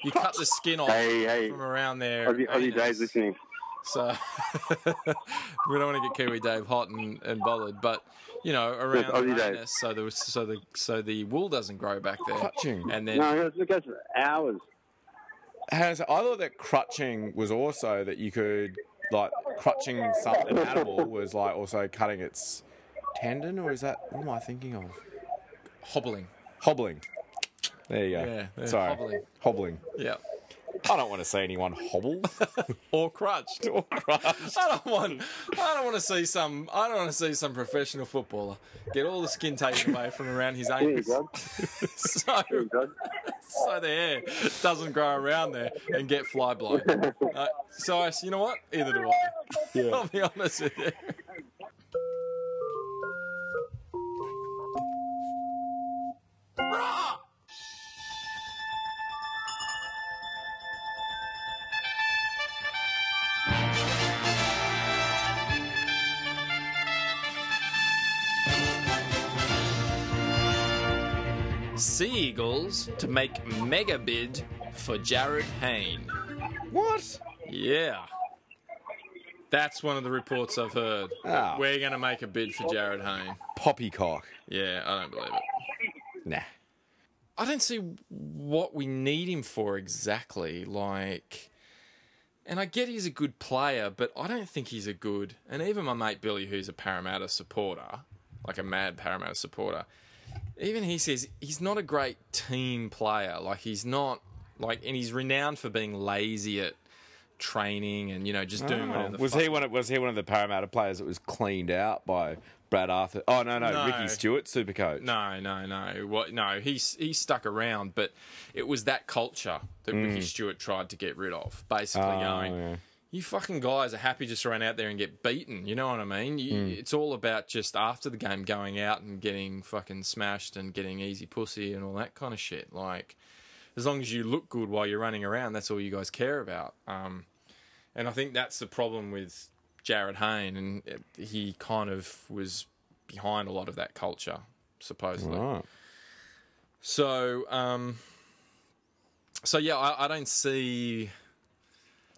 You cut the skin off
Hey, hey.
from around there.
Aussie, Aussie Dave's listening.
So we don't want to get Kiwi Dave hot and, and bothered, but you know around
Yes, Aussie
the
Dave.
anus, so the so the so the wool doesn't grow back there.
Crutching.
And then
No, it goes for hours.
Has I thought that crutching was also that you could like crutching something animal was like also cutting its tendon, or is that what am I thinking of?
hobbling.
Hobbling. There you go.
Yeah, yeah,
Sorry.
hobbling.
Hobbling.
Yeah.
I don't want to see anyone hobble
Or crutched.
or crutch.
I don't want I don't want to see some I don't want to see some professional footballer get all the skin taken away from around his
There you
anus.
go.
so
There you go.
so the hair doesn't grow around there and get fly blown. Uh, so I, you know what? Either do I. I'll be honest with you. Sea Eagles to make mega bid for Jared Hain.
What?
Yeah. That's one of the reports I've heard.
Ah.
We're going to make a bid for Jared Hain.
Poppycock.
Yeah, I don't believe it.
Nah.
I don't see what we need him for exactly. Like, and I get he's a good player, but I don't think he's a good. And even my mate Billy, who's a Parramatta supporter, like a mad Parramatta supporter, even he says he's not a great team player. Like, he's not like, and he's renowned for being lazy at training and you know just doing whatever. The
Oh. was
fuck.
he one? Of, was he one of the Parramatta players that was cleaned out by Brad Arthur? Oh no, no,
No.
Ricky Stewart, super coach.
No, no, no. What? No, he's he stuck around, but it was that culture that Ricky Stewart tried to get rid of. Basically,
Oh,
going,
Mm. yeah.
you fucking guys are happy just to run out there and get beaten. You know what I mean? You, It's all about just after the game going out and getting fucking smashed and getting easy pussy and all that kind of shit. Like, as long as you look good while you're running around, that's all you guys care about. Um, and I think that's the problem with Jared Hayne, and it- he kind of was behind a lot of that culture, supposedly.
Ah, Right.
So, um, so yeah, I, I don't see.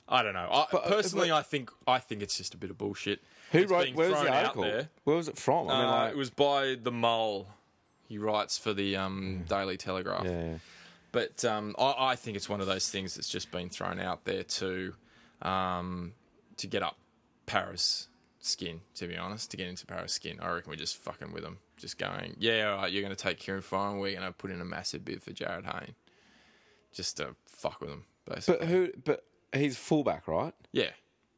I don't know.
uh,
I, personally, I think I think it's just a bit of bullshit.
Who
It's
wrote?
being
Where was
thrown
the
out
article?
there.
Where was it from? I mean,
Uh,
like,
it was by the Mole. He writes for the um, Daily Telegraph.
yeah, yeah.
But um, I, I think it's one of those things that's just been thrown out there to um, to get up Paris skin. To be honest, to get into Paris skin, I reckon we're just fucking with them. Just going, yeah, all right, you're going to take Kieran Fine. We're going to put in a massive bid for Jared Hayne, just to fuck with them, basically.
But who? But he's fullback, right?
yeah.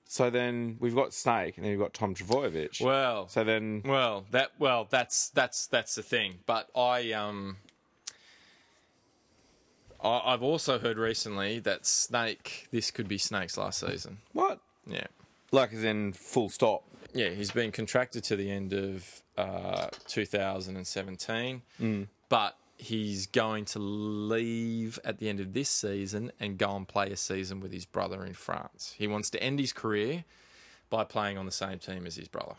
So then we've got Snake, and then we've got Tom Travojevic.
Well,
so then
Well, that well, that's that's that's the thing. But I um, I, I've also heard recently that Snake. This could be Snake's last season.
what?
Yeah,
Like, as in full stop.
yeah. He's been contracted to the end of uh, 2017, but he's going to leave at the end of this season and go and play a season with his brother in France. He wants to end his career by playing on the same team as his brother.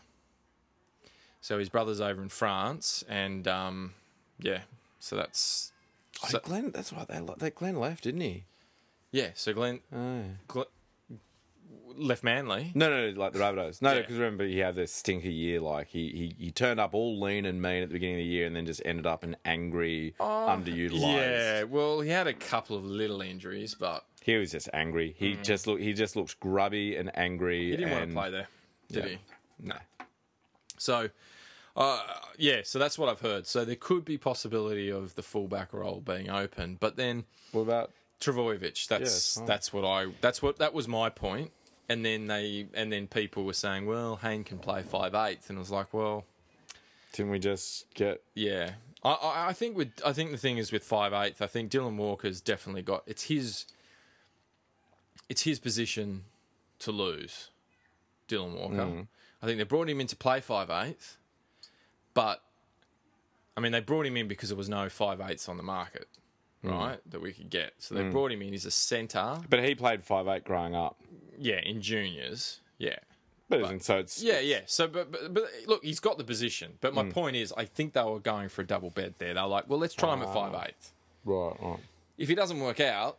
So his brother's over in France, and um, yeah, so that's
Oh,
So-
Glenn, that's right. They, le- they Glenn left, didn't he?
yeah. So Glenn, Glenn left Manly.
No, no, no like the Rabbitohs. No,
Yeah.
because remember he had this stinker year. Like he, he he turned up all lean and mean at the beginning of the year, and then just ended up an angry, underutilized.
Yeah, well, he had a couple of little injuries, but
He was just angry. He just looked. He just looked grubby and angry.
He didn't want
and-
to play there, did
Yeah.
he? No. So, uh, yeah, so that's what I've heard. So there could be possibility of the fullback role being open, but then
What about?
Travojevic.
it's
That's
fine.
that's what I that's what that was my point. And then they and then people were saying, well, Hayne can play five eighths, and I was like, well,
Didn't we just get?
yeah. I, I, I think with I think the thing is with five eighth, I think Dylan Walker's definitely got it's his it's his position Mm. to lose, Dylan Walker. I think they brought him in to play five eighth. But I mean, they brought him in because there was no five eighths on the market, right? That we could get. So they brought him in. He's a centre.
But he played five eight growing up.
Yeah, in juniors. Yeah.
But, isn't so it's
Yeah, yeah. So, but, but, but look, he's got the position. But my point is, I think they were going for a double bed there. They're like, well, let's try him at five eight.
right, right.
If he doesn't work out,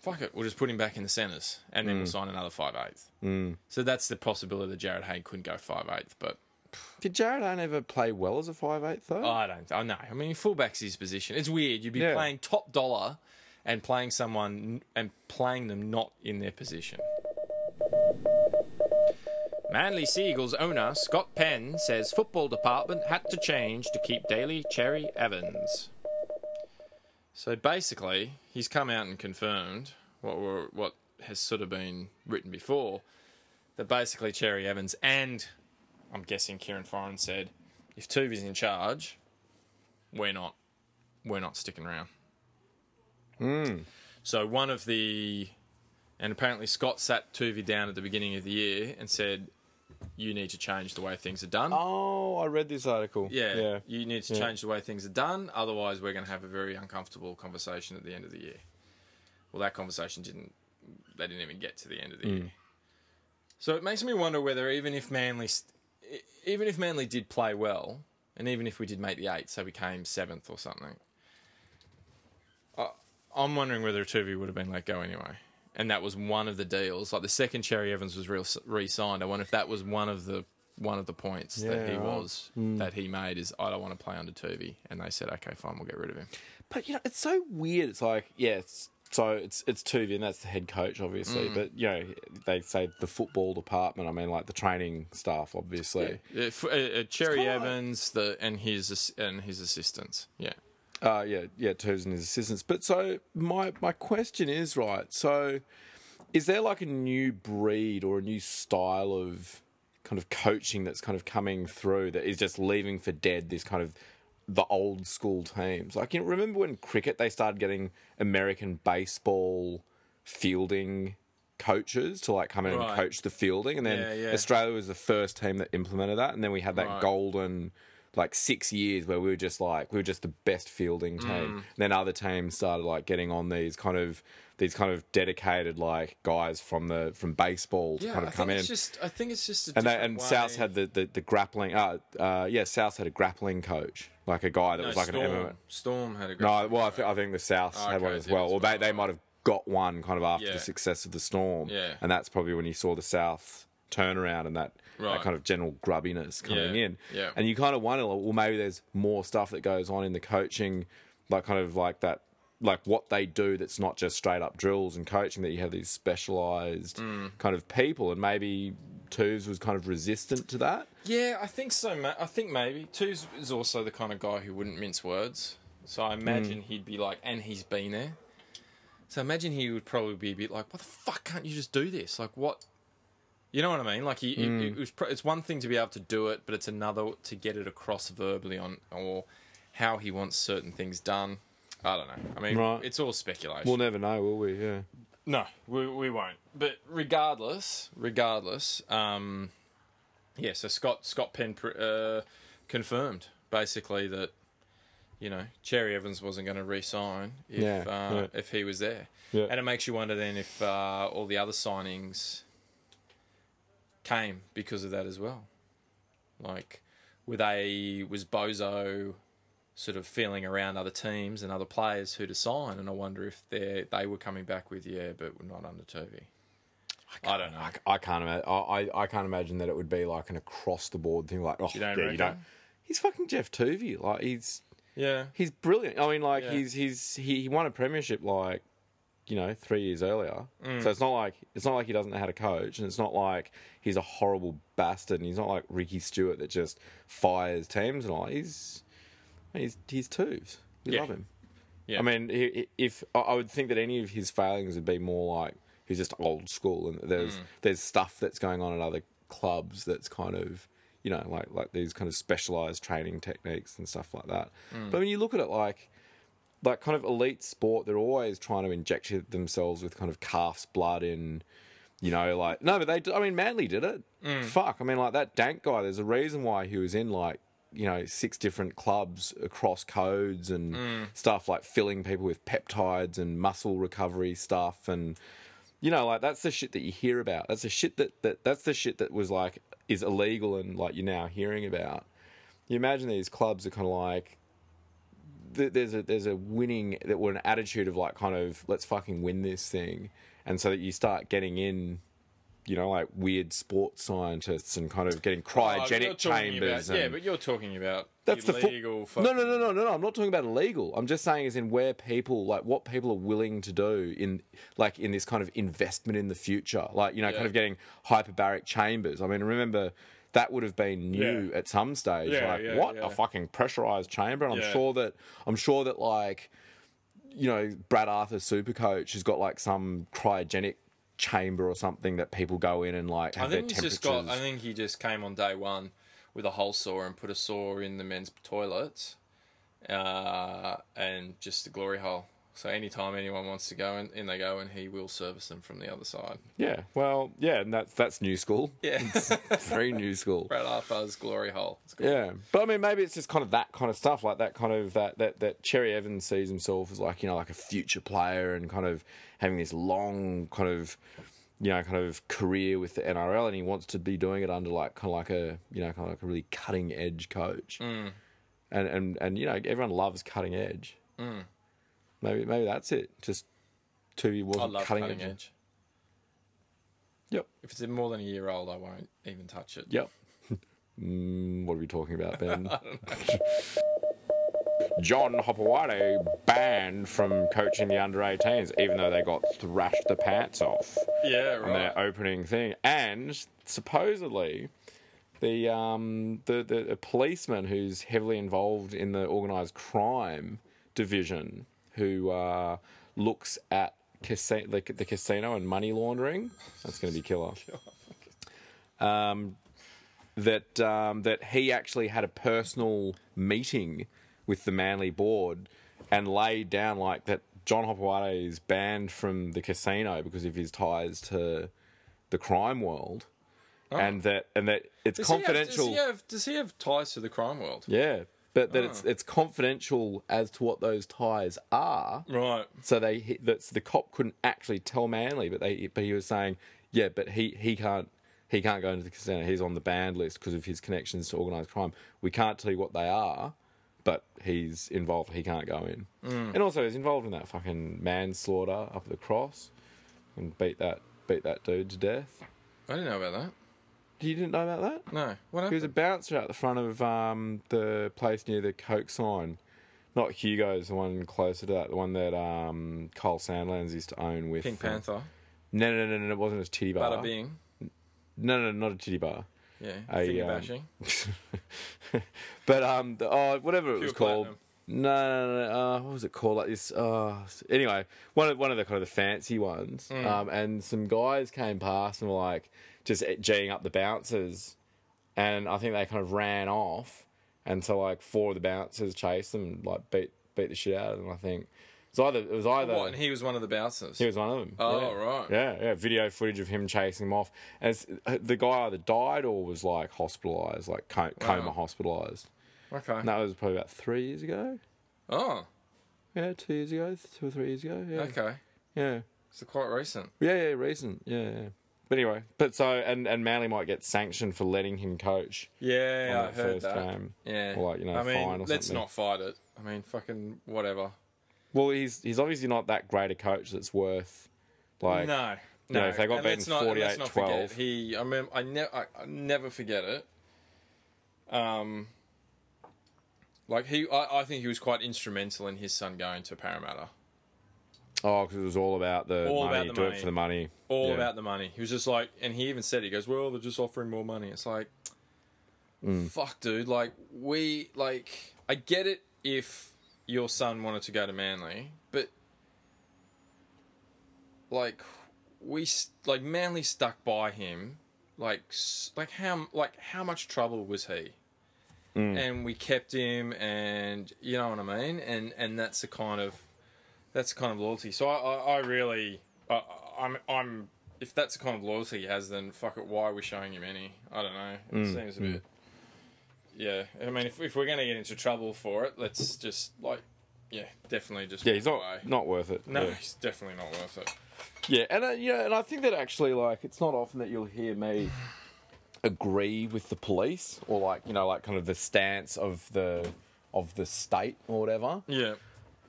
fuck it, we'll just put him back in the centres, and then we'll sign another five eighth. So that's the possibility that Jared Hayne couldn't go five eighth. But
Did Jared Allen ever play well as a five eight though?
Oh, I don't. I know. I mean, fullback's his position. It's weird. You'd be
Yeah.
playing top dollar and playing someone and playing them not in their position. Manly Seagulls owner Scott Penn says football department had to change to keep Daly Cherry Evans. So basically, he's come out and confirmed what were, what has sort of been written before that basically Cherry Evans and I'm guessing Kieran Foran said if Tuvi's in charge, we're not we're not sticking around.
Hmm.
So one of the and apparently Scott sat Tuvi down at the beginning of the year and said, You need to change the way things are done.
Oh, I read this article.
yeah,
yeah.
You need to change the way things are done, otherwise we're gonna have a very uncomfortable conversation at the end of the year. Well that conversation didn't they didn't even get to the end of the
Hmm.
year. So it makes me wonder whether even if Manly st- e- even if Manly did play well, and even if we did make the eight, so we came seventh or something, I, I'm wondering whether Tuvi would have been let go anyway. And that was one of the deals. Like the second Cherry Evans was re- re-signed. I wonder if that was one of the one of the points that he
Yeah, right.
was that he made is I don't want to play under Tuvi, and they said, okay, fine, we'll get rid of him.
But you know, it's so weird. It's like, yeah, it's, so it's it's Tuvi, and that's the head coach, obviously. But you know, they say the football department. I mean, like the training staff, obviously.
Yeah, f- uh, uh, Cherry
kinda like-
Evans, the and his ass- and his assistants. Yeah,
Uh, yeah, yeah, Tuves and his assistants. But so my my question is right. So is there like a new breed or a new style of kind of coaching that's kind of coming through that is just leaving for dead this kind of the old school teams? Like you know, remember when cricket they started getting American baseball fielding coaches to like come in
Right.
and coach the fielding and then
Yeah, yeah.
Australia was the first team that implemented that and then we had that
Right.
golden like six years where we were just like we were just the best fielding
Mm.
team. Then other teams started like getting on these kind of these kind of dedicated like guys from the from baseball to
yeah.
kind
I
of
think
come in.
it's just I think it's just a
and they,
different
and
way.
South had the, the, the grappling uh, uh yeah South had a grappling coach like a guy that
no,
was like
Storm.
an MMA.
Storm had a great
No, well I, thi- I think the South
Oh,
had one
okay,
as
did
well.
as
Or
well,
they, they might have got one kind of after
Yeah.
the success of the Storm.
Yeah.
And that's probably when you saw the South turnaround and that,
Right.
that kind of general grubbiness coming
Yeah,
in.
yeah.
And you kind of wonder, like, well, maybe there's more stuff that goes on in the coaching, like kind of like that, like what they do that's not just straight up drills and coaching, that you have these specialized
Mm.
kind of people. And maybe Tooves was kind of resistant to that.
Yeah, I think so. ma- I think maybe Tooze is also the kind of guy who wouldn't mince words. So I imagine
Hmm.
he'd be like, and he's been there. So I imagine he would probably be a bit like, "What the fuck can't you just do this? Like what?" You know what I mean? Like he,
Hmm.
it, it was. pro- It's one thing to be able to do it, but it's another to get it across verbally on or how he wants certain things done. I don't know. I mean,
Right.
it's all speculation.
We'll never know, will we? Yeah.
No, we, we won't. But regardless, regardless, um, yeah. So Scott Scott Penn pr- uh, confirmed basically that you know Cherry Evans wasn't going to re-sign if
Yeah,
uh,
yeah.
if he was there,
Yeah.
and it makes you wonder then if uh, all the other signings came because of that as well. Like, were they was Bozo sort of feeling around other teams and other players who to sign, and I wonder if they they were coming back with yeah, but we're not under Tovey. I, don't know.
I, I can't imagine. I, I can't imagine that it would be like an across the board thing. Like, oh,
don't
yeah, you
reckon?
don't. He's fucking Jeff Tuvey. Like, he's
yeah,
he's brilliant. I mean, like,
Yeah.
he's he's he, he won a premiership like you know three years earlier.
Mm.
So it's not like it's not like he doesn't know how to coach, and it's not like he's a horrible bastard. And he's not like Ricky Stewart that just fires teams and all. He's he's he's Tuvs. We
Yeah.
love him.
yeah.
I mean, he- he- if I- I would think that any of his failings would be more like he's just old school, and there's
Mm.
there's stuff that's going on at other clubs that's kind of you know like like these kind of specialized training techniques and stuff like that.
Mm.
But when you look at it like like kind of elite sport, they're always trying to inject you- themselves with kind of calf's blood in. You know, like no, but they. d- I mean, Manly did it. Fuck. I mean, like that Dank guy. There's a reason why he was in like you know six different clubs across codes and stuff like filling people with peptides and muscle recovery stuff and you know like that's the shit that you hear about that's the shit that, that that's the shit that was like is illegal and like you're now hearing about you imagine these clubs are kind of like th- there's a there's a winning that were an attitude of like kind of let's fucking win this thing and so that you start getting in you know like weird sports scientists and kind of getting
Oh, but
cryogenic
you're talking
chambers
About, yeah,
and-
but you're talking about
that's the
illegal.
Fu-
fucking-
no, no, no, no, no, no. I'm not talking about illegal. I'm just saying, as in where people like what people are willing to do in like in this kind of investment in the future, like you know, kind of getting hyperbaric chambers. I mean, remember that would have been new
Yeah.
at some stage.
Yeah,
like
yeah,
what
yeah.
a fucking pressurized chamber. And I'm
Yeah.
sure that I'm sure that like you know, Brad Arthur Supercoach has got like some cryogenic chamber or something that people go in and like have
I think
their
he's
temperatures.
just got. I think he just came on day one with a hole saw and put a saw in the men's toilets, uh, and just a glory hole. So anytime anyone wants to go in, in they go, and he will service them from the other side.
yeah, well, yeah, and that's that's new school.
Yeah,
Very new school.
Brad Arthur's glory hole. It's cool.
Yeah, but I mean, maybe it's just kind of that kind of stuff, like that kind of that that that Cherry Evans sees himself as like you know like a future player and kind of having this long kind of you know kind of career with the NRL, and he wants to be doing it under like kind of like a you know kind of like a really cutting edge coach,
Mm.
and and and you know everyone loves cutting edge.
Mm.
Maybe maybe that's it. Just Tubi
I
wasn't
love
cutting,
cutting,
edge.
edge.
Yep,
If it's more than a year old, I won't even touch it.
yep. mm, what are we talking about, Ben? John Hopewale banned from coaching the under 18s, even though they got thrashed the pants off
Yeah,
on
right.
their opening thing. And supposedly, the, um, the, the a policeman who's heavily involved in the organised crime division, who uh, looks at casa- the, the casino and money laundering, that's going to be killer. Um, that um, that he actually had a personal meeting with the Manly board and laid down like that John Hopewade is banned from the casino because of his ties to the crime world, and that and that it's
Oh. Does he have-
confidential.
does, he have, Oh. does he have ties to the crime world?
yeah, but that it's it's confidential as to what those ties are.
Right.
So they he- that's the cop couldn't actually tell Manly, but they but he was saying, yeah, but he he can't he can't go into the casino. He's on the banned list because of his connections to organised crime. We can't tell you what they are, but he's involved. He can't go in. And also, he's involved in that fucking manslaughter up at the cross, and beat that beat that dude to death.
I didn't know about
You didn't know about that?
that. No. What
He was a
happened?
bouncer out the front of um, the place near the Coke sign. Not Hugo's, the one closer to that, the one that um, Kyle Sandlands used to own with.
Pink
um,
Panther.
No, no, no, no, no, it wasn't a titty bar.
Bada Bing.
No, no, not a titty bar.
Yeah.
A,
Finger
um,
bashing.
but um, the, oh, whatever it was
Pure
called.
platinum.
No, no, no, no. Uh, what was it called? Like this. Uh, anyway, one of one of the kind of the fancy ones.
Mm.
Um, and some guys came past and were like just e, g'ing up the bouncers, and I think they kind of ran off, and so like four of the bouncers chased them, and, like beat beat the shit out of them. I think it's either it was either
What? And he was one of the bouncers.
he was one of them.
Oh,
yeah.
right.
Yeah, yeah. Video footage of him chasing him off. And it's, the guy either died or was like hospitalized, like co- coma hospitalized.
okay.
And that was probably about three years ago.
Oh,
Yeah, two years ago, two or three years ago. Yeah.
okay.
Yeah.
So quite recent.
Yeah, yeah, recent. Yeah, yeah. But anyway, but so, and, and Manly might get sanctioned for letting him coach.
Yeah,
on
I
that
heard
first
that.
game.
Yeah.
Or like, you know,
I mean,
fine or
let's
something.
not fight it. I mean, fucking whatever.
Well, he's he's obviously not that great a coach that's worth, like,
no.
you know,
No,
if they got
and let's
beaten
not- and let's
48-12.
not forget, He, I mean, I, ne- I, I never forget it. Um, like he, I, I think he was quite instrumental in his son going to Parramatta.
oh, because it was all about the
All
money,
about the
do
money.
it for the money.
all
Yeah.
about the money. He was just like, and he even said, he goes, "Well, they're just offering more money." It's like, fuck, dude. Like we, like I get it if your son wanted to go to Manly, but like we, s- like Manly stuck by him. Like, s- like how, like how much trouble was he? And we kept him, and you know what I mean. And and that's the kind of that's the kind of loyalty. So I, I, I really, I, I'm, I'm. If that's
Mm,
the kind of loyalty he has, then fuck it. Why are we showing him any? I don't know. It seems a bit. yeah. I mean, if, if we're going to get into trouble for it, let's just like, yeah, definitely just.
Yeah, he's not
walk away.
not worth it.
No,
Yeah.
he's definitely not worth it.
Yeah, and uh, yeah, and I think that actually, like, it's not often that you'll hear me agree with the police or like you know, like kind of the stance of the of the state or whatever.
Yeah,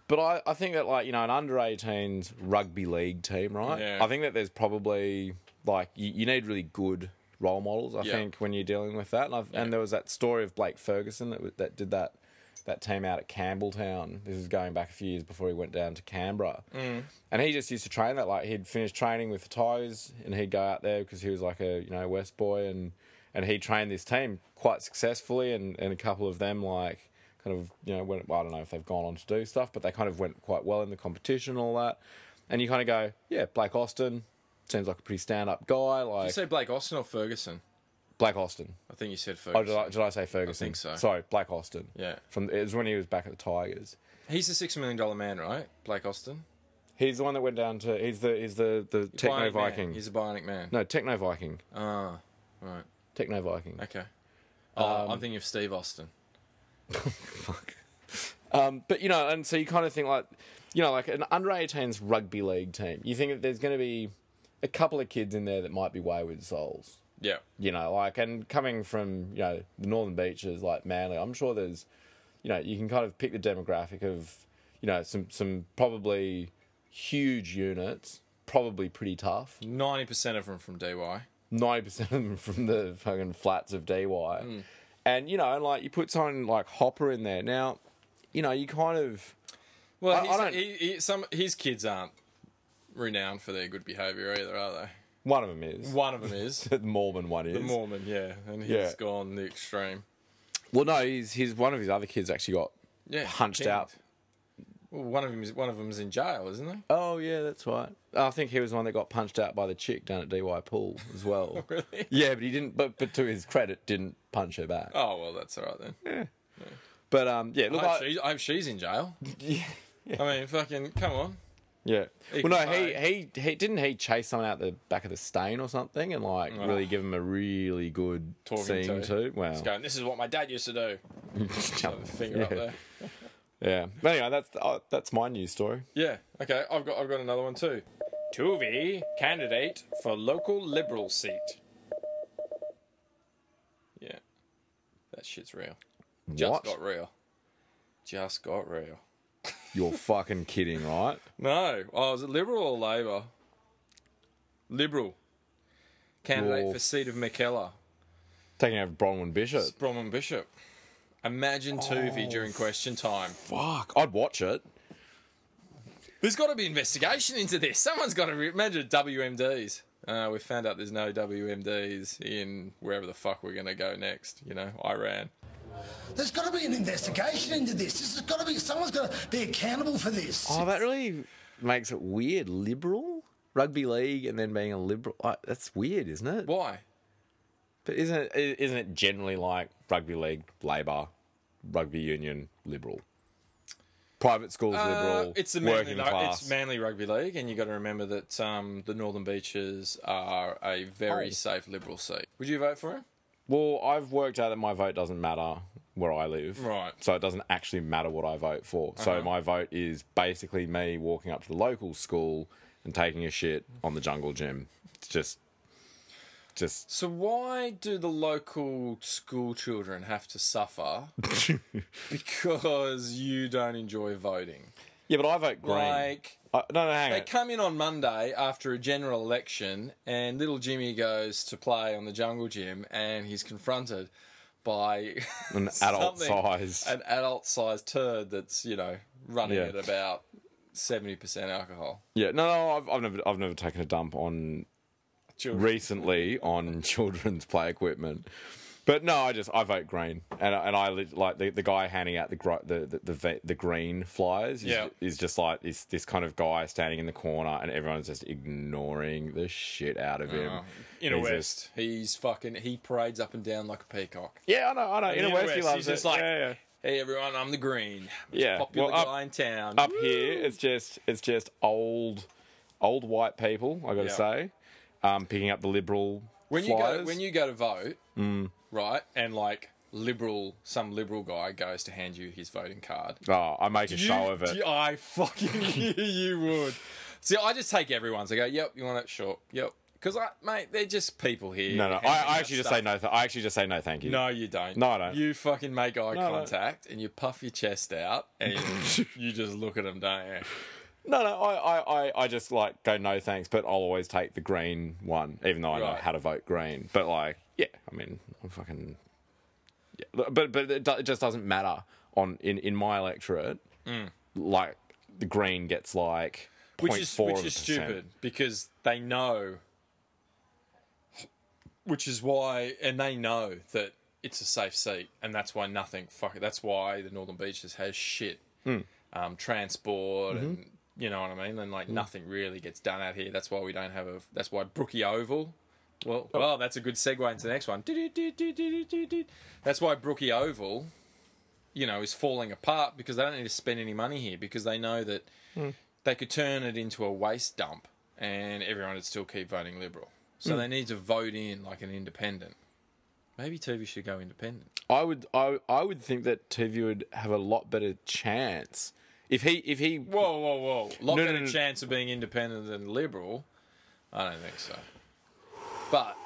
But I, I think that like you know, an under 18s rugby league team, right?
Yeah.
I think that there's probably like you, you need really good role models. I
Yeah.
think when you're dealing with that, and, I've, and there was that story of Blake Ferguson that w- that did that. That team out at Campbelltown. This is going back a few years before he went down to Canberra.
Mm.
And he just used to train that. Like he'd finish training with the Tigers, and he'd go out there because he was like a you know West boy, and and he trained this team quite successfully, and and a couple of them like kind of you know went. Well, I don't know if they've gone on to do stuff, but they kind of went quite well in the competition and all that. And you kind of go, yeah, Blake Austin seems like a pretty stand up guy.
you
Like
say Blake Austin or Ferguson?
Blake Austin.
I think you said
Oh,
Ferguson.
did I, did I say Ferguson?
think so.
Sorry, Blake Austin.
Yeah.
From it was when he was back at the Tigers.
He's the six million dollar man, right? Blake Austin.
He's the one that went down to. He's the he's the the Techno
Bionic man.
Viking.
He's a bionic man.
No, Techno Viking.
Ah, right.
Techno Viking.
Okay.
Um,
Oh, I'm thinking of Steve Austin.
Fuck. Um, but you know, and so you kind of think like, you know, like an under 18s rugby league team. You think that there's going to be a couple of kids in there that might be wayward souls.
Yeah.
You know, like and coming from you know the northern beaches like Manly, I'm sure there's, you know, you can kind of pick the demographic of, you know, some some probably huge units, probably pretty tough.
Ninety percent of them from DY.
ninety percent of them from the fucking flats of DY. And you know, and like you put someone like Hopper in there. Now, you know, you kind of
Well,
I- I
he's-
don't-
he, he, some his kids aren't renowned for their good behaviour either, are
one of them is
they? One of them is
the Mormon one is.
the Mormon, yeah, and he's
Yeah.
gone the extreme.
well, no, he's he's one of his other kids actually got.
Yeah,
Punched
kicked.
out.
Well, one of them is one of them's in jail, isn't he?
Oh yeah, that's right. I think he was the one that got punched out by the chick down at DY Pool as well.
Oh, Really?
Yeah, but he didn't. But but to his credit, didn't punch her back.
Oh well, that's all right then.
But um, yeah, look,
I, hope
I-
Oh, she, I hope she's in jail. I mean, fucking come on.
Yeah.
He
well,
could
no, he,
say.
he he didn't he chase someone out the back of the stain or something and like really give him a really good
Talking
scene
Oh. to.
to. Wow.
He's going. This is what my dad used to do. Put the finger
yeah.
up there.
yeah. But anyway, that's uh, that's my news story.
Yeah. Okay. I've got I've got another one too. Tuvi candidate for local Liberal seat. Yeah. That shit's real. Just
what?
got real. Just got real.
You're fucking kidding, right?
No. I was it Liberal or Labour? Liberal. Candidate
You're
for seat of McKellar.
Taking over Bronwyn Bishop.
Bromham Bishop. Imagine Tuvi during question time.
Fuck, I'd watch it.
There's got to be investigation into this. Someone's got to re- imagine WMDs. Uh, we found out there's no WMDs in wherever the fuck we're going to go next. You know, Iran.
There's got to be an investigation into this. This has got to be someone's got to be accountable for this.
Oh, that really makes it weird. Liberal rugby league and then being a liberal. I that's weird, isn't it?
Why?
But isn't it, i- isn't it generally like rugby league, Labour, rugby union, Liberal, private schools, Liberal,
Uh, it's the manly,
working
Lu-
class?
it's manly rugby league, and you got to remember that um, the Northern Beaches are a very
Oh.
safe Liberal seat. Would you vote for him?
well, I've worked out that my vote doesn't matter where I live,
Right. Uh-huh.
So it doesn't actually matter what I vote for. So my vote is basically me walking up to the local school and taking a shit on the jungle gym. It's just, just
So why do the local school children have to suffer because you don't enjoy voting?
yeah. But I vote green.
Like.
I- Uh, no, no, hang
They
on.
come in on Monday after a general election, and little Jimmy goes to play on the jungle gym, and he's confronted by
An adult
something-
size.
an adult-sized turd that's you know running
Yeah.
at about seventy percent alcohol.
Yeah, no, no, I've, I've never, I've never taken a dump on
Children.
recently on children's play equipment. But no, I just I vote green, and I- and I lit- like the, the guy handing out the gr- the, the the ve- the green flyers is,
Yeah.
is just like this this kind of guy standing in the corner, and everyone's just ignoring the shit out of him.
Oh, Inner
He's
West,
just-
he's fucking. He parades up and down like a peacock.
yeah, I know, I know.
In
Inner
the
West, he
West,
loves
he's
it.
just like-
yeah, yeah.
Hey everyone, I'm the Green,
Yeah,
popular
well, up-
guy in town.
up here it's just it's just old old white people. I got to
Yeah.
say, um, picking up the liberal
when you
flyers. Mm.
go when you go to vote, right, and like liberal, some liberal guy goes to hand you his voting card.
Oh, I make a show of it.
You- I fucking knew you would. See, I just take everyone's. I go, yep, you want it? Sure, yep. Because I, mate, they're just people here.
no, no. I,
handing out
I actually just
stuff.
say no. Th- I actually just say no. Thank you.
No, you don't.
No, I don't.
You fucking make eye
I don't.
contact and you puff your chest out and you just look at them, don't you?
no, no. I, I, I, I just like go no thanks, but I'll always take the green one, even though I know
Right.
how to vote green. But like, yeah, I mean, I'm fucking. Yeah, Look, but but it, do, it just doesn't matter on in in my electorate. Like the green gets like.
Mm. Which is
0.4
which
of a
is
percent.
stupid because they know. Which is why, and they know that it's a safe seat, and that's why nothing. Fuck, that's why the Northern Beaches has shit,
Hmm.
um, transport,
Mm-hmm.
and you know what I mean. And like
Hmm.
nothing really gets done out here. That's why we don't have a. That's why Brookie Oval. Well,
Oh.
well, that's a good segue into the next one. Do-do-do-do-do-do-do-do. That's why Brookie Oval, you know, is falling apart because they don't need to spend any money here because they know that they could turn it into a waste dump and everyone would still keep voting liberal.
Hmm.
So they need to vote in like an independent. Maybe TV should go independent.
I would I I would think that TV would have a lot better chance if he if he
Whoa, whoa, whoa. Lot
No, no,
better
no.
chance of being independent than liberal. I don't think so. But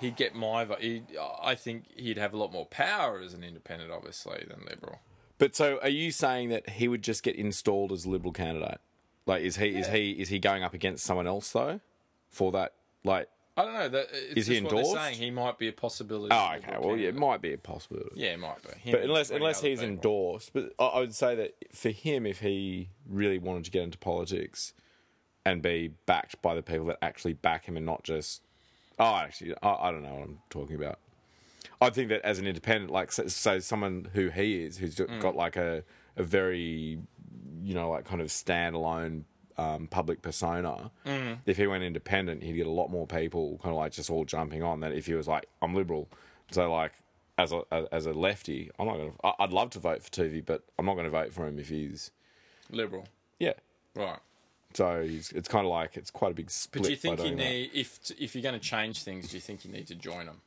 he'd get my vote. He'd, I think he'd have a lot more power as an independent, obviously, than liberal.
But so are you saying that he would just get installed as liberal candidate? Like is he is he is he going up against someone else though for that like
I don't know. That, it's
Is he
just what they're
endorsed?
saying. He might be a possibility.
Oh
of a
okay,
Liberal
well yeah, it
candidate.
might be a possibility.
Yeah, it might be. Him
But
and
unless
20
unless
other
he's
people.
endorsed, but I, I would say that for him if he really wanted to get into politics and be backed by the people that actually back him and not just oh actually I, I don't know what I'm talking about. I think that as an independent, like so, so someone who he is, who's
Mm.
got like a a very you know like kind of standalone um, public persona.
Mm.
If he went independent, he'd get a lot more people kind of like just all jumping on than if he was like I'm liberal. So like as a as a lefty, I'm not gonna. I- I'd love to vote for TV, but I'm not gonna vote for him if he's
Liberal.
yeah.
Right.
So he's, it's kind of like it's quite a big split.
But do you
by
think you
doing that.
need if if you're going to change things? Do you think you need to join them?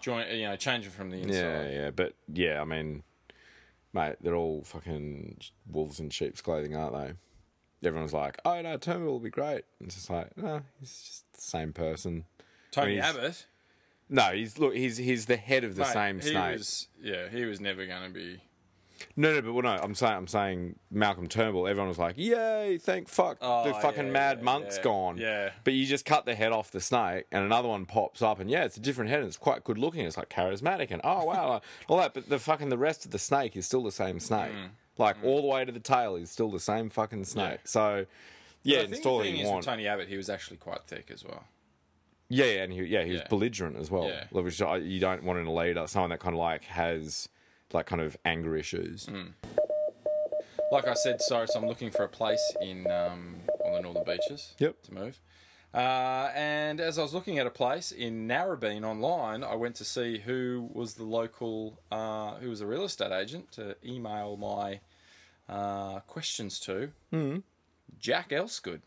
join you know, change it from the inside.
Ah. Yeah, yeah, but yeah, I mean, mate, they're all fucking wolves in sheep's clothing, aren't they? Everyone's like, "Oh no, Turnbull will be great." It's just like, no, he's just the same person.
Tony
he's-
Abbott,
No, he's look, he's he's the head of the
mate,
same
he
snake.
was- yeah, he was never going to be.
No, no, but well, no, I'm saying I'm saying Malcolm Turnbull. Everyone was like, "Yay, thank fuck, the
Oh,
fucking
yeah,
mad
yeah,
monk's
yeah,
gone."
yeah.
But you just cut the head off the snake, and another one pops up, and yeah, it's a different head, and it's quite good looking. It's like charismatic, and oh wow, like, all that. But the fucking the rest of the snake is still the same snake.
Mm.
Like all the way to the tail is still the same fucking snake. So. Yeah,
I think the
install
thing
you
is with
want.
Tony Abbott, he was actually quite thick as well.
Yeah, yeah, and he, yeah, he was
Yeah.
belligerent as well,
Yeah.
Like, which I, you don't want in a leader, someone that kind of like has like kind of anger issues.
Mm. Like I said, Cyrus, I'm looking for a place in um, on the northern beaches.
Yep.
To move. Uh, and as I was looking at a place in Narrabeen online, I went to see who was the local, uh, who was a real estate agent to email my uh, questions to. Mm.
Hmm.
Jack Elsgood.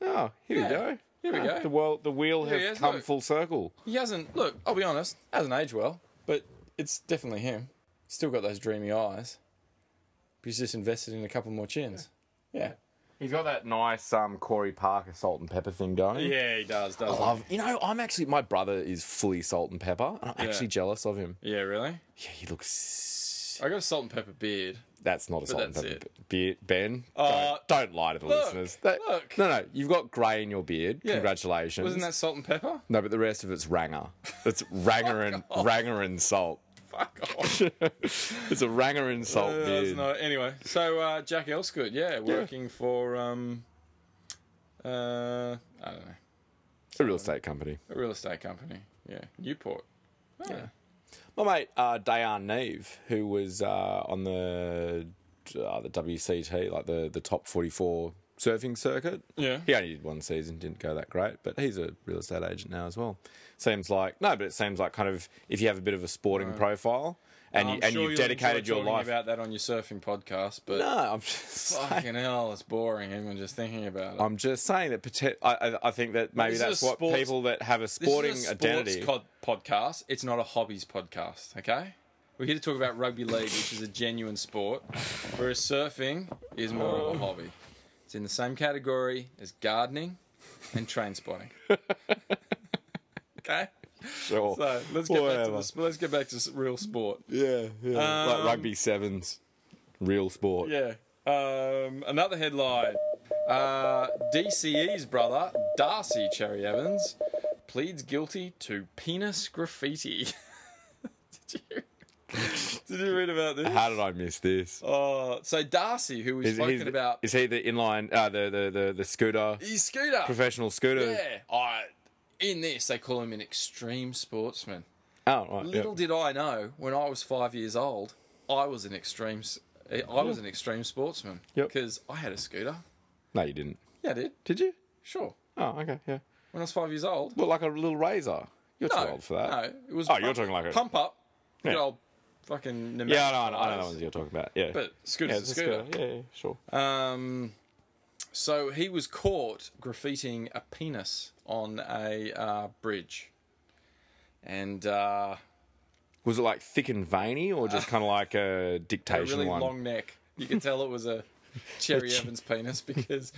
Oh, here
Yeah.
we go.
Here we
Ah,
go.
The world, the wheel
Here he
has
is,
come
look.
full circle.
He hasn't. Look, I'll be honest, hasn't aged well, but it's definitely him. Still got those dreamy eyes. But he's just invested in a couple more chins. Yeah.
He's got that nice um, Corey Parker salt and pepper thing going.
he does. Does
I love. You know, I'm actually my brother is fully salt and pepper, and I'm actually jealous of him.
Yeah, really.
Yeah, he looks.
I got a salt and pepper beard.
That's not a salt and
that's
pepper be- Ben.
Uh,
don't, don't lie to the
look,
listeners. That-
look.
No, no, you've got grey in your beard.
Yeah.
Congratulations.
Wasn't that salt and pepper?
No, but the rest of it's ranger. It's ranger and ranger and salt.
Fuck off.
It's a ranger and salt
Uh, that was
beard.
not- anyway, so uh, Jack Elsgood, yeah, working for um, uh, I don't know,
a real estate company.
a real estate company. Yeah, Newport. Oh,
My mate uh, Dayan Neve, who was uh, on the uh, the WCT, like the the top forty four surfing circuit.
Yeah.
he only did one season, didn't go that great, but he's a real estate agent now as well. Seems like no, but it seems like kind of if you have a bit of a sporting profile and you,
I'm sure
and you've
you'll enjoy
dedicated your
talking
life.
about that on your surfing podcast, but
no, I'm just
fucking
saying,
hell, it's boring even just thinking about it.
I'm just saying that. pote- I, I- I think that maybe
This is a
that's what
sports-
people that have a
this
sporting
is a sports
identity.
cod- podcast. It's not a hobbies podcast. Okay, we're here to talk about rugby league, which is a genuine sport, whereas surfing is more of a hobby. It's in the same category as gardening and train spotting. okay,
sure.
so let's get back to
Whatever.
the, sp- let's get back to s- real sport.
Yeah, yeah. like
Um,
rugby sevens, real sport.
Yeah. Um, another headline. Uh, DCE's brother, Darcy Cherry Evans, pleads guilty to penis graffiti. did, you, did you read about this?
How did I miss this?
Oh, so Darcy, who we've
Is,
spoken
he's-
about,
is he the inline, uh, the, the, the, the scooter,
he's scooter.
professional scooter?
Yeah. I, in this, they call him an extreme sportsman.
Oh, right. yeah.
Little did I know, when I was five years old, I was an extreme. s- I was an extreme sportsman
Yep.
because I had a scooter.
No, you didn't.
Yeah, I did.
Did you?
Sure.
Oh, okay, yeah.
When I was five years old.
Look like a little razor. You're
No,
too old for that.
no, it was.
Oh, you're talking like a-
pump up. Good
Yeah.
old fucking. pneumatic
Yeah, I know, I know the
tires.
ones you're talking about. Yeah,
But scooter's
yeah,
a
it's
scooter.
Yeah, yeah, sure.
Um, so he was caught graffiting a penis on a uh, bridge, and uh,
was it like thick and veiny, or just kind of like a
a
dictation
really
one?
long neck. You could tell it was a Cherry
ch-
Evans penis because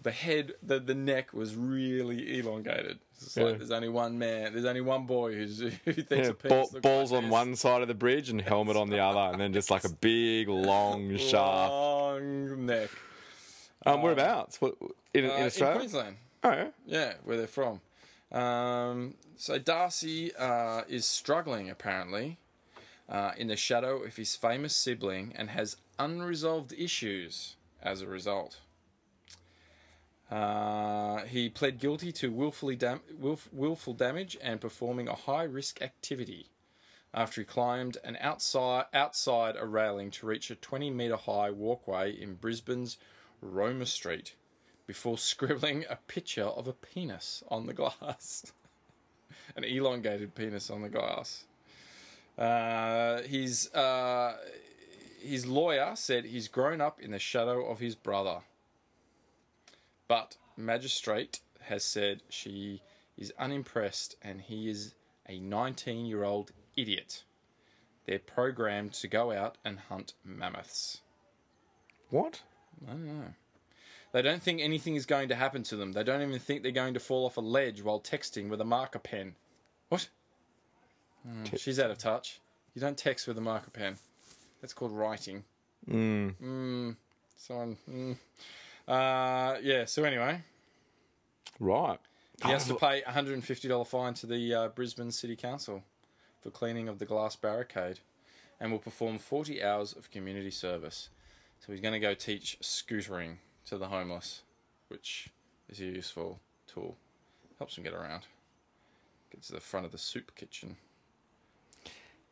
the head, the the neck was really elongated. It's
Yeah.
like there's only one man, there's only one boy who's who thinks
Yeah,
a penis
ball-
looks like
balls on
this.
one side of the bridge and helmet on the other, and then just like a big long shaft.
long neck.
Um, whereabouts? What, in,
Uh,
in Australia?
in Queensland.
Oh, yeah.
Yeah, where they're from. Um, so Darcy uh, is struggling apparently uh, in the shadow of his famous sibling and has unresolved issues as a result. Uh, he pled guilty to willfully dam- willf- willful damage and performing a high risk activity after he climbed an outside outside a railing to reach a 20 meter high walkway in Brisbane's Roma Street before scribbling a picture of a penis on the glass. An elongated penis on the glass. Uh, his, uh, his lawyer said he's grown up in the shadow of his brother. But magistrate has said she is unimpressed and he is a 19 year old idiot. They're programmed to go out and hunt mammoths.
What?
They don't think anything is going to happen to them. They don't even think they're going to fall off a ledge while texting with a marker pen. What? Mm, she's out of touch. You don't text with a marker pen. That's called writing. Hmm, Mm. Someone. Mm. Uh, yeah. So anyway,
Right.
he has to pay a hundred and fifty dollar fine to the uh, Brisbane City Council for cleaning of the glass barricade, and will perform forty hours of community service. So he's going to go teach scootering to the homeless, which is a useful tool. Helps them get around. Gets to the front of the soup kitchen.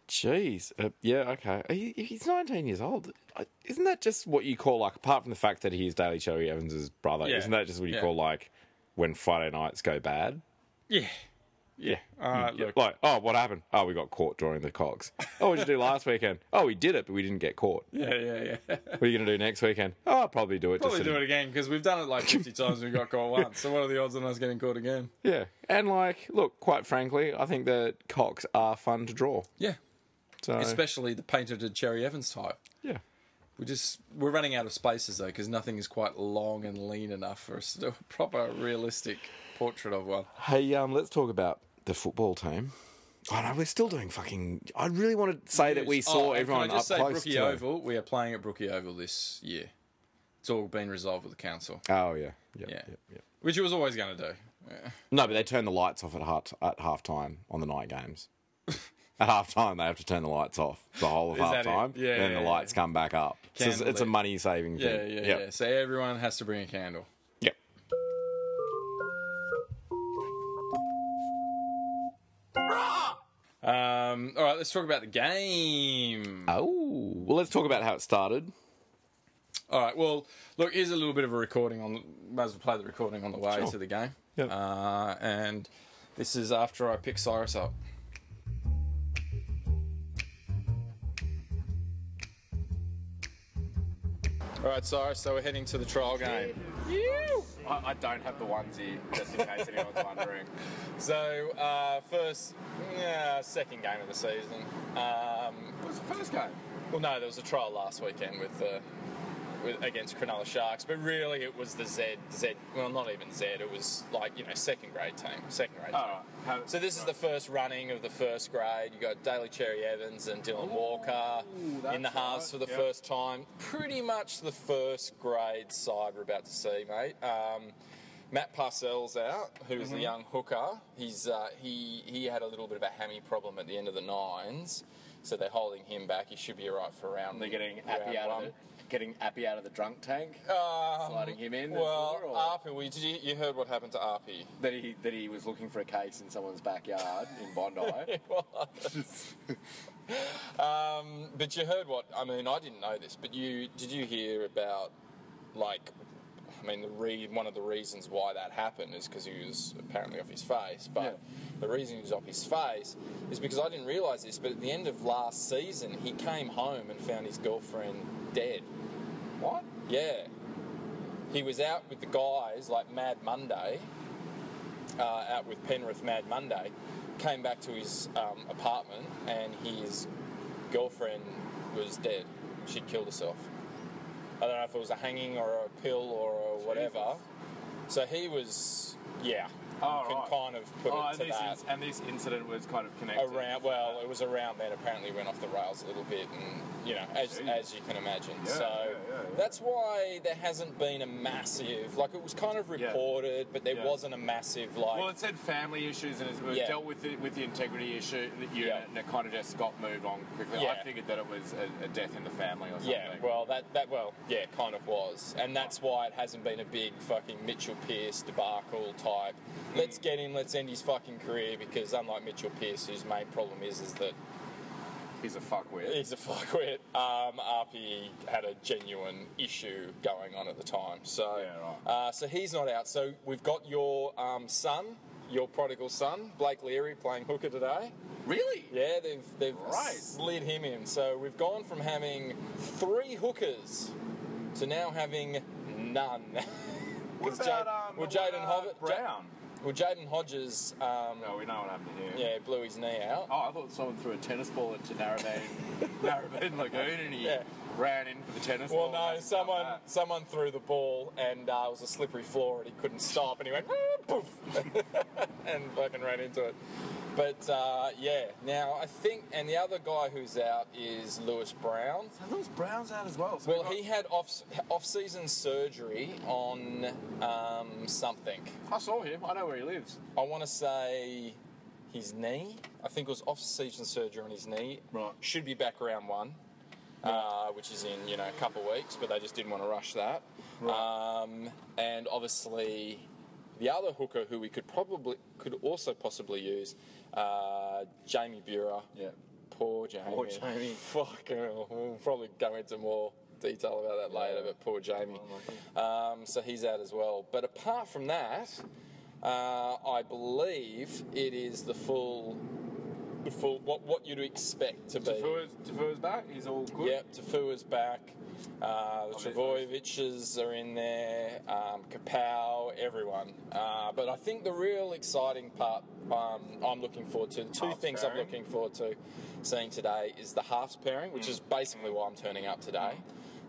Jeez. Uh, yeah, okay. He, he's 19 years old. I- Isn't that just what you call, like, apart from the fact that he is Daily Cherry Evans' brother,
Yeah.
isn't that just what you
Yeah.
call, like, when Friday nights go bad?
Yeah.
Yeah.
Alright,
Yeah,
look.
Like, oh, what happened? Oh, we got caught drawing the cogs. Oh, what did you do last weekend? Oh, we did it, but we didn't get caught.
Yeah, yeah, yeah.
What are you going to do next weekend? Oh, I'll probably do it.
Probably
just
do it again because we've done it like 50 times and we got caught once. So what are the odds on us getting caught again?
Yeah. And, like, look, quite frankly, I think that cogs are fun to draw.
Yeah.
So,
Especially the painted Cherry Evans type.
yeah.
We just we're running out of spaces though because nothing is quite long and lean enough for us to do a proper realistic portrait of one.
Hey, um, let's talk about the football team. I know we're still doing fucking. I really want to say that we saw
Oh, and
everyone
can I just
up
say
close.
Brookie
today.
Oval. We are playing at Brookie Oval this year. It's all been resolved with the council,
Oh yeah, yeah, yeah.
Yeah.
yeah.
which it was always going to do.
No, but they turn the lights off at half at half time on the night games. at half time, they have to turn the lights off the whole of
Is
half
that it?
time.
Yeah,
and then
yeah,
the
yeah.
lights come back up. So it's, it's a
Candlelit.
money saving thing.
Yeah, yeah, yeah.
yep.
So everyone has to bring a candle.
Yep.
Um, all right, let's talk about the game.
Oh, well, let's talk about how it started.
All right. Well, look, here's a little bit of a recording on. Might as well play the recording on the way to the game.
Yep.
Uh, and this is after I pick Cyrus up. All right, Cyrus. So we're heading to the trial game.
I, I don't have the onesie, just in case anyone's wondering.
So uh, first, yeah, second game of the season. Um,
What was the first game?
well, no, there was a trial last weekend with uh, the. With, against Cronulla Sharks, but really it was the Z Z. Well, not even Z. It was like you know second grade team, second grade.
Oh,
team.
All right. Have,
So this is the first running of the first grade. You got Daly Cherry Evans and Dylan Walker
that's
in the halves
right,
for the
yep.
first time. Pretty much the first grade side we're about to see, mate. Um, Matt Parcells out, who is
Mm-hmm.
the young hooker. He's uh, he he had a little bit of a hammy problem at the end of the nines, so they're holding him back. He should be alright for round.
They're getting
round
Appy out
one.
of the, getting Appy out of the drunk tank,
Oh.
Um,
sliding him in.
Well,
or-
Arpy, we, did you, you heard what happened to Arpy.
that he that he was looking for a case in someone's backyard in Bondi.
Um, but you heard what I mean. I didn't know this, but you did you hear about like I mean the re- one of the reasons why that happened is because he was apparently off his face. But the reason he was off his face is because I didn't realise this. But at the end of last season, he came home and found his girlfriend dead.
what?
Yeah. He was out with the guys like Mad Monday, uh, out with Penrith Mad Monday, came back to his um, apartment and his girlfriend was dead. She'd killed herself. I don't know if it was a hanging or a pill or a whatever. So he was, yeah.
Oh,
you can
right.
kind of put
Oh,
it
and
to
this,
that.
is, and this incident was kind of connected.
Around well, it was around then. Apparently, went off the rails a little bit, and you know, as
Jeez.
as you can imagine.
Yeah,
so
yeah, yeah, yeah.
that's why there hasn't been a massive like it was kind of
Yeah.
reported, but there
Yeah.
wasn't a massive like.
Well, it said family issues and it was
Yeah.
dealt with the, with the integrity issue that you
Yeah.
and it kind of just got moved on quickly.
Yeah.
I figured that it was a, a death in the family or something.
yeah, well, that that well, yeah, kind of was, and that's why it hasn't been a big fucking Mitchell Pearce debacle type. Let's
Mm.
get him, let's end his fucking career because unlike Mitchell Pearce, whose main problem is is that
he's a fuckwit.
He's a fuckwit. Um, RP had a genuine issue going on at the time, so
Yeah, right.
uh, so he's not out. So we've got your um, son, your prodigal son, Blake Leary, playing hooker today.
Really?
Yeah, they've they've
Right.
slid him in. So we've gone from having three hookers to now having none.
What
'Cause
about
Jad-
um,
well,
what
Jaden
about
Hov-
Brown?
well, Jaden Hodges, um,
No, we know what happened here.
yeah, blew his knee out.
Oh, I thought someone threw a tennis ball into Narrabeen, Narrabeen Lagoon, and he
Yeah.
ran in for the tennis
Well,
ball.
no,
Hasn't done
someone
that.
someone threw the ball and uh, it was a slippery floor and he couldn't stop and he went "Whoop," poof and fucking ran into it. But uh, yeah, now I think, and the other guy who's out is Lewis Brown.
And Lewis Brown's out as well. So
Well,
we've
he had off off season surgery on um, something.
got- I saw him. I know where he lives.
I want to say his knee. I think it was off season surgery on his knee.
Right.
Should be back round one, uh, which is in you know a couple of weeks, but they just didn't want to rush that. Um, and obviously, the other hooker who we could probably could also possibly use, uh, Jamie Bura.
Yeah.
Poor Jamie.
Poor Jamie.
Fucking hell. We'll probably go into more detail about that later, but poor Jamie. Um, so he's out as well. But apart from that, uh, I believe it is the full, the full what, what you'd expect to be.
Tafua's, Tafua's back. He's all good.
Yep, Tafua's back. Uh, the
Obviously.
Travojeviches are in there. Um, Kapow, everyone. Uh, but I think the real exciting part um, I'm looking forward to, the two
Halves
things I'm
pairing.
looking forward to seeing today is the halves pairing, which is basically why I'm turning up today.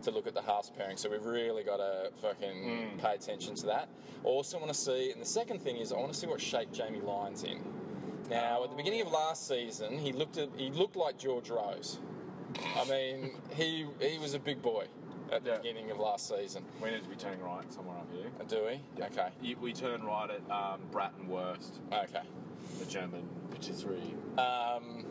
To look at the halves pairing, so we've really got to fucking pay attention to that. Also, want to see, and the second thing is, I want to see what shape Jamie Lyons in. Now, at the beginning of last season, he looked at, he looked like George Rose. I mean, he he was a big boy at the
Yeah.
beginning of last season.
We need to be turning right somewhere up here.
Uh, Do we? Okay.
You- We turn right at um, Bratton Worst,
Okay.
the German patisserie.
Um,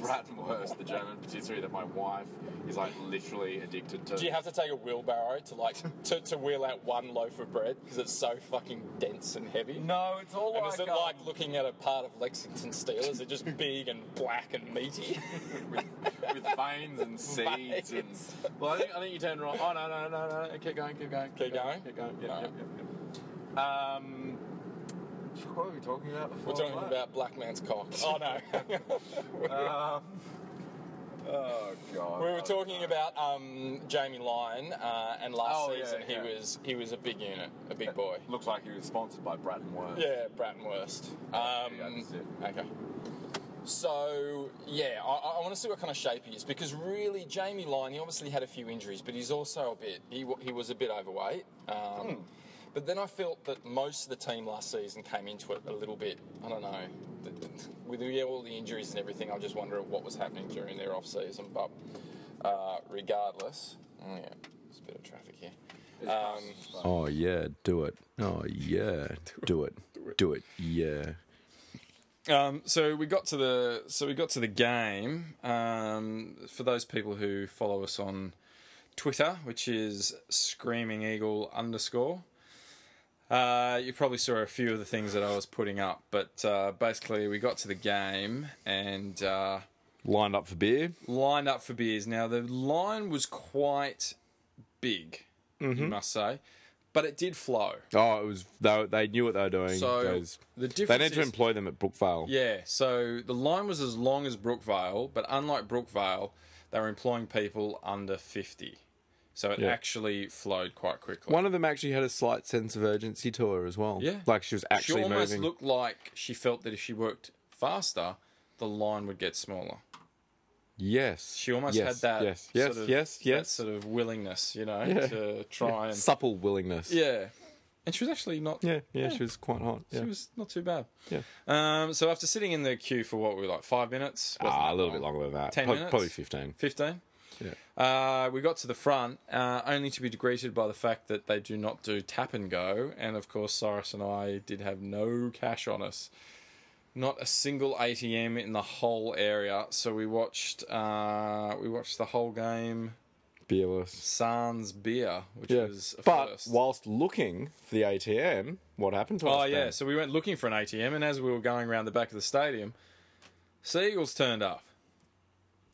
Bratwurst, the German patisserie that my wife is like literally addicted to.
do you have to take a wheelbarrow to like to, to wheel out one loaf of bread because it's so fucking dense and heavy?
no, it's all
And
like,
is it
um,
like looking at a part of Lexington steel? Is it just big and black and meaty?
with, with um, veins and seeds
Veins.
and. Well, I think, I think you turned right. Oh no no no no! no. Keep going, keep going,
Keep going?
keep going. Yep,
Alright.
yep, yep, yep. Um, fuck, what were we talking about before?
We're talking
that?
about black man's cock. Oh no.
Um,
Oh god.
We were
Oh,
talking about um, Jamie Lyon, uh, and last
Oh, yeah,
season
yeah.
he was he was a big unit, a
Uh,
big boy.
Looks like he was sponsored by Bratton Worth.
Yeah, Bratton Worst.
yeah,
Um,
that's it.
okay. So yeah, I, I want to see what kind of shape he is because really, Jamie Lyon, he obviously had a few injuries, but he's also a bit he wa- he was a bit overweight. Um, But then I felt that most of the team last season came into it a little bit. I don't know. th- th- With the- all the injuries and everything, I just wonder what was happening during their off season. But uh, regardless, oh, yeah, there's a bit of traffic here. Um,
Oh yeah, do it. Oh yeah, do it. Do it. Yeah.
Um, so we got to the so we got to the game. Um, for those people who follow us on Twitter, which is Screaming Eagle underscore, uh, you probably saw a few of the things that I was putting up. But uh, basically, we got to the game and uh,
Lined up for beer.
lined up for beers. Now the line was quite big, you must say, but it did flow.
Oh, it was they, they knew what they were doing.
So
They was-
the
they
difference
need to
is-
employ them at Brookvale.
Yeah, so the line was as long as Brookvale, but unlike Brookvale, they were employing people under 50. So it
Yeah.
actually flowed quite quickly.
One of them actually had a slight sense of urgency to her as well.
Yeah.
Like she was actually
she almost
moving.
looked like she felt that if she worked faster, the line would get smaller.
yes.
She almost
yes,
had that
Yes. Yes.
sort of,
yes.
that
Yes.
sort of willingness, you know,
Yeah.
to try and
Supple willingness.
yeah. And she was actually not
Yeah. Yeah. She was quite hot. Yeah.
She was not too bad.
Yeah.
Um, so after sitting in the queue for what were we like five minutes, wasn't
ah,
that
a little
long.
bit longer than that.
10
Prob-
minutes?
Probably fifteen.
15? Yeah. Uh, we got to the front, uh, only to be greeted by the fact that they do not do tap and go. And of course, Cyrus and I did have no cash on us. Not a single ATM in the whole area. So we watched uh, we watched the whole game
Beerless.
sans beer, which
Yeah.
was a
But
first.
whilst looking for the ATM, what happened to us?
Oh yeah,
Ben?
so we went looking for an ATM, and as we were going around the back of the stadium, Seagulls turned up.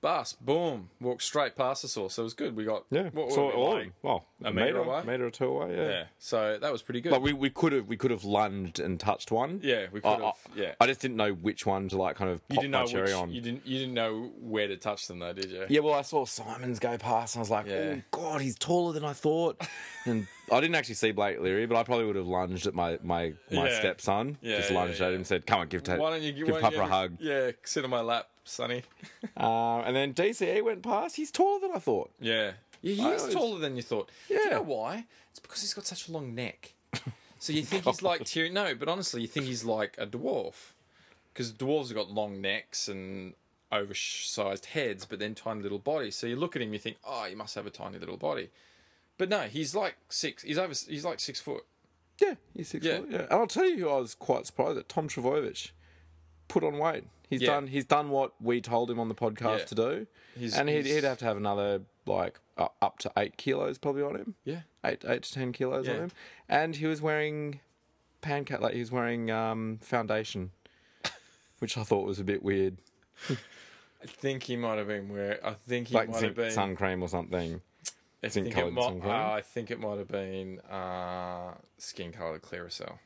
Bus, boom, walked straight past us all. So it was good. We got
Yeah.
what were
so
we,
all
like,
well,
a metre away?
meter or two away. Yeah.
Yeah, so that was pretty good.
Like we, we could have we could have lunged and touched one.
Yeah, we could
I- I-
have, yeah.
I just didn't know which one to like kind of pop
you didn't
my
know
cherry
which,
on.
you didn't you didn't know where to touch them though, did you?
Yeah, well, I saw Simons go past, and I was like,
Yeah.
"Oh God, he's taller than I thought." and I didn't actually see Blake Leary, but I probably would have lunged at my my, my
Yeah.
stepson.
Yeah,
just
yeah,
lunged at
yeah.
him, and said, "Come on, give, ta-
Why don't you
give
why don't
Papa
you
a
have
hug?"
Yeah, sit on my lap, Sonny.
Uh, and then DCE went past. He's taller than I thought.
Yeah. Yeah, he
I
is
always-
taller than you thought. Do you
Yeah.
know why? It's because he's got such a long neck. So you think he's like Tyrion. No, but honestly, you think he's like a dwarf. Because dwarves have got long necks and oversized heads, but then tiny little bodies. So you look at him, you think, oh, he must have a tiny little body. But no, he's like six. He's over. He's like six foot.
Yeah, he's six
Yeah.
foot. Yeah. And I'll tell you, who I was quite surprised that Tom Travojevic put on weight. He's
Yeah.
done. He's done what we told him on the podcast
Yeah.
to do,
He's-
and he'd,
he's-
he'd have to have another like uh, up to eight kilos probably on him.
Yeah.
eight eight to ten kilos on
Yeah.
him, and he was wearing pancake like he was wearing um, foundation, which I thought was a bit weird,
I think he might have been where. I think he
like
might have
zinc
been.
sun cream or something.
I
zinc
think, it
coloured
might, uh,
zinc colour.
I think it might have been uh, skin colored Clearasil.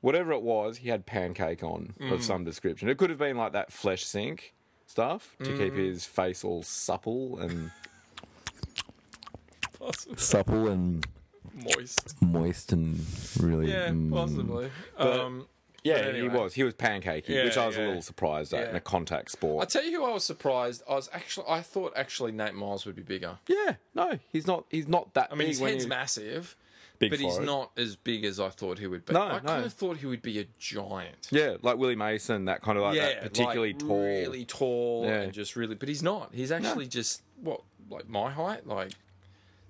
Whatever it was, he had pancake on
Mm.
of some description. It could have been like that flesh sink stuff to
Mm.
keep his face all supple and supple and
Moist. mm.
moist and really
Yeah, possibly. um,
yeah
But
he
anyway.
was he was pancakey
Yeah,
which i was
yeah.
a little surprised at in
Yeah.
a contact
I
sport
tell you who I was surprised. I was actually I thought actually Nate Miles would be bigger.
yeah no he's not he's not that
I mean,
big
his
when
head's
you-
massive,
big
but he's
forehead.
not as big as I thought he would be.
No,
I
no.
kind of thought he would be a giant.
Yeah, like Willie Mason, that kind of like that particularly
like,
tall.
really tall,
Yeah.
and just really. But he's not. He's actually just what like my height, like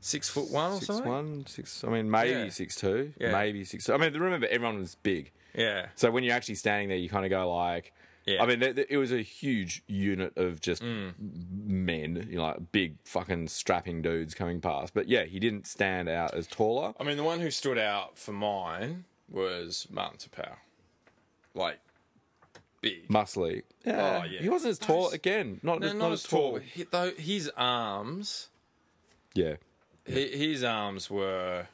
six foot one or
six
something.
one, six. I mean, maybe
Yeah.
six two,
Yeah.
maybe six. I mean, remember everyone was big,
Yeah,
so when you're actually standing there, you kind of go like,
Yeah. Mm.
I mean, th- th- it was a huge unit of just men, you know, like big fucking strapping dudes coming past. But yeah, he didn't stand out as taller.
I mean, the one who stood out for mine was Martin Tapau. Like big.
Muscly, yeah.
Oh, yeah.
He wasn't as tall
Those-
again. Not,
no,
not,
not,
as tall.
but He, though his arms.
Yeah, Mm,
He, his arms were.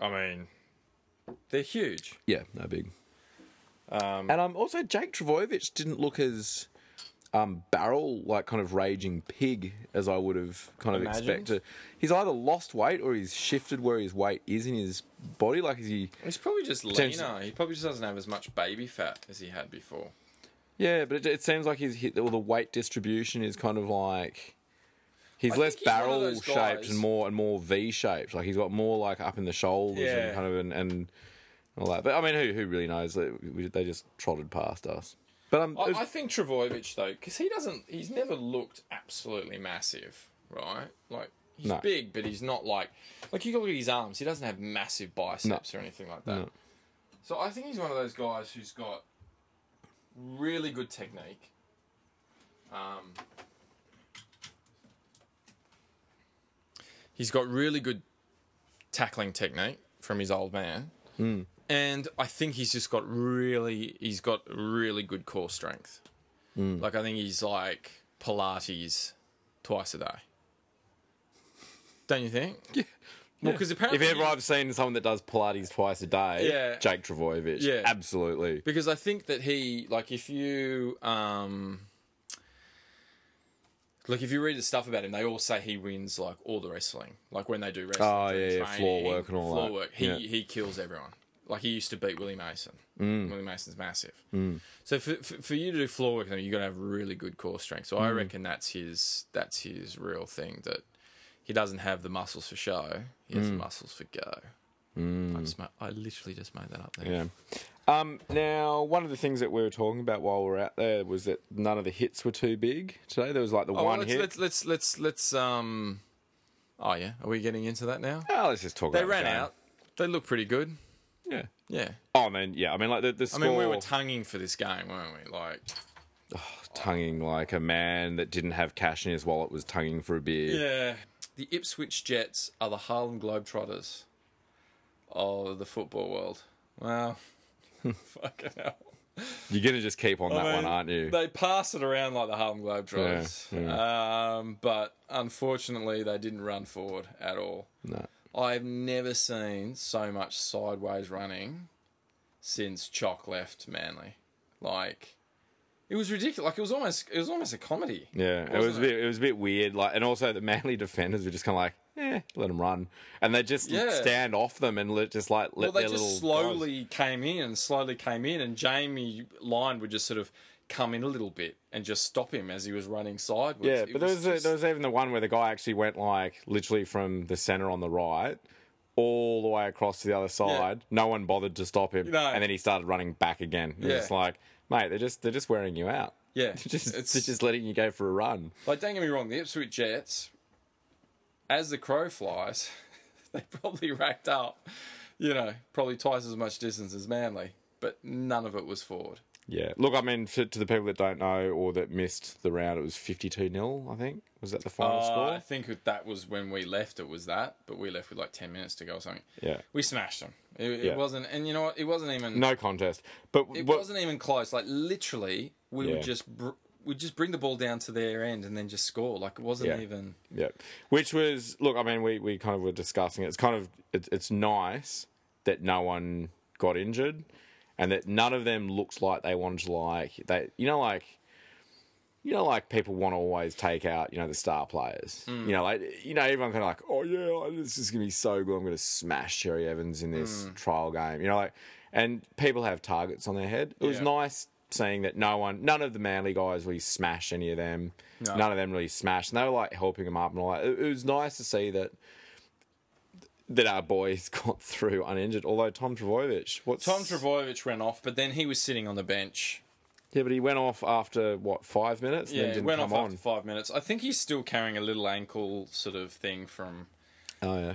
I mean, they're huge.
yeah, no big. Um, and um, also Jake Travojevic didn't look as um, barrel, like kind of raging pig, as I would have kind of
Imagined.
expected. He's either lost weight or he's shifted where his weight is in his body. Like, is he?
He's probably just
Potentially.
leaner. He probably just doesn't have as much baby fat as he had before.
Yeah, but it, it seems like he's hit. Well, the weight distribution is kind of like he's
I
less
think he's one of
barrel
those
shaped
guys-
and more and more V shaped. Like he's got more like up in the shoulders
Yeah.
and kind of and, and all that. But I mean, who who really knows? They, we, they just trotted past us. But um,
I, I think Travojevic though, because he doesn't. He's never looked absolutely massive, right? Like he's
No.
big, but he's not like like you look at his arms. He doesn't have massive biceps or anything like that.
No.
So I think he's one of those guys who's got really good technique. Um, he's got really good tackling technique from his old man. And I think he's just got really he's got really good core strength. Like I think he's like Pilates twice a day. Don't you think? Yeah. Well, because
if
apparently
ever I've seen someone that does Pilates twice a day,
Yeah.
Jake Travojevic,
Yeah.
absolutely.
because I think that he like if you um like if you read the stuff about him, they all say he wins like all the wrestling. Like when they do wrestling,
Oh,
during
yeah, yeah,
training,
floor work and all
floor
that.
work. He
Yeah.
he kills everyone. Like he used to beat Willie Mason.
Mm.
Willie Mason's massive. So for, for for you to do floor work, you got to have really good core strength. So I
Mm.
reckon that's his that's his real thing that he doesn't have the muscles for show. He
Mm.
has the muscles for go. I just ma- I literally just made that up there.
Yeah. Um, now, one of the things that we were talking about while we were out there was that none of the hits were too big today. There was like the
Oh, well,
one
let's,
hit.
let's let's let's let's um. Oh yeah, are we getting into that now?
Oh, let's just talk
They
about the
ran
game.
out. They look pretty good.
Yeah.
Yeah,
Oh, I mean, yeah. I mean, like the, the
I
score.
mean we were tonguing for this game, weren't we? Like
tonguing like a man that didn't have cash in his wallet was tonguing for a beer.
yeah, the Ipswich Jets are the Harlem Globetrotters of the football world. Wow, fucking hell.
You're gonna just keep on that
I mean,
one, aren't you?
They pass it around like the Harlem Globetrotters, Um, but unfortunately, they didn't run forward at all.
No.
I've never seen so much sideways running since Chalk left Manly. Like it was ridiculous. Like it was almost it was almost a comedy.
Yeah, it
wasn't
was a bit, it was a bit weird. Like, and also the Manly defenders were just kind of like, eh, let them run, and they just
Yeah.
stand off them and let, just like
Well,
let
they
their
just
little guys-
slowly came in and slowly came in, and Jamie Lyon would just sort of come in a little bit and just stop him as he was running sideways.
Yeah,
It
but there was, a,
just-
there was even the one where the guy actually went like literally from the center on the right all the way across to the other side. No one bothered to stop him,
No.
and then he started running back again. It
Yeah.
was just like, mate, they're just they're just wearing you out.
Yeah,
They're just,
it's-
they're just letting you go for a run.
Like, don't get me wrong, the Ipswich Jets, as the crow flies, they probably racked up, you know, probably twice as much distance as Manly, but none of it was forward.
Yeah. Look, I mean, to, to the people that don't know or that missed the round, it was fifty-two 0 I think was that the final
Uh, I
score.
think that was when we left. It was that, but we left with like ten minutes to go or something.
Yeah.
we smashed them. It, it
Yeah.
wasn't, and you know what? It wasn't even.
No contest, but
it
what-
wasn't even close. Like literally, we
Yeah.
would just br- we'd just bring the ball down to their end and then just score. Like it wasn't
Yeah.
even.
Yeah, which was look. I mean, we, we kind of were discussing. It. It's kind of it, it's nice that no one got injured, and that none of them looked like they wanted to like they. You know, like you know, like people want to always take out you know the star players.
Hmm.
You know, like you know everyone kind of like, oh yeah, this is gonna be so good. I'm gonna smash Cherry Evans in this
Hmm.
trial game. You know, like and people have targets on their head. It was
Yeah.
nice seeing that no one, none of the Manly guys really smashed any of them. None of them really smashed. And they were like helping them up and all that. It, it was nice to see that that our boys got through uninjured. Although Tom Travojevic, what's
Tom Travojevic went off, but then he was sitting on the bench.
Yeah, but he went off after what five minutes. And
Yeah,
then
it
didn't
went off
come
after five minutes. I think he's still carrying a little ankle sort of thing from,
on. Oh yeah.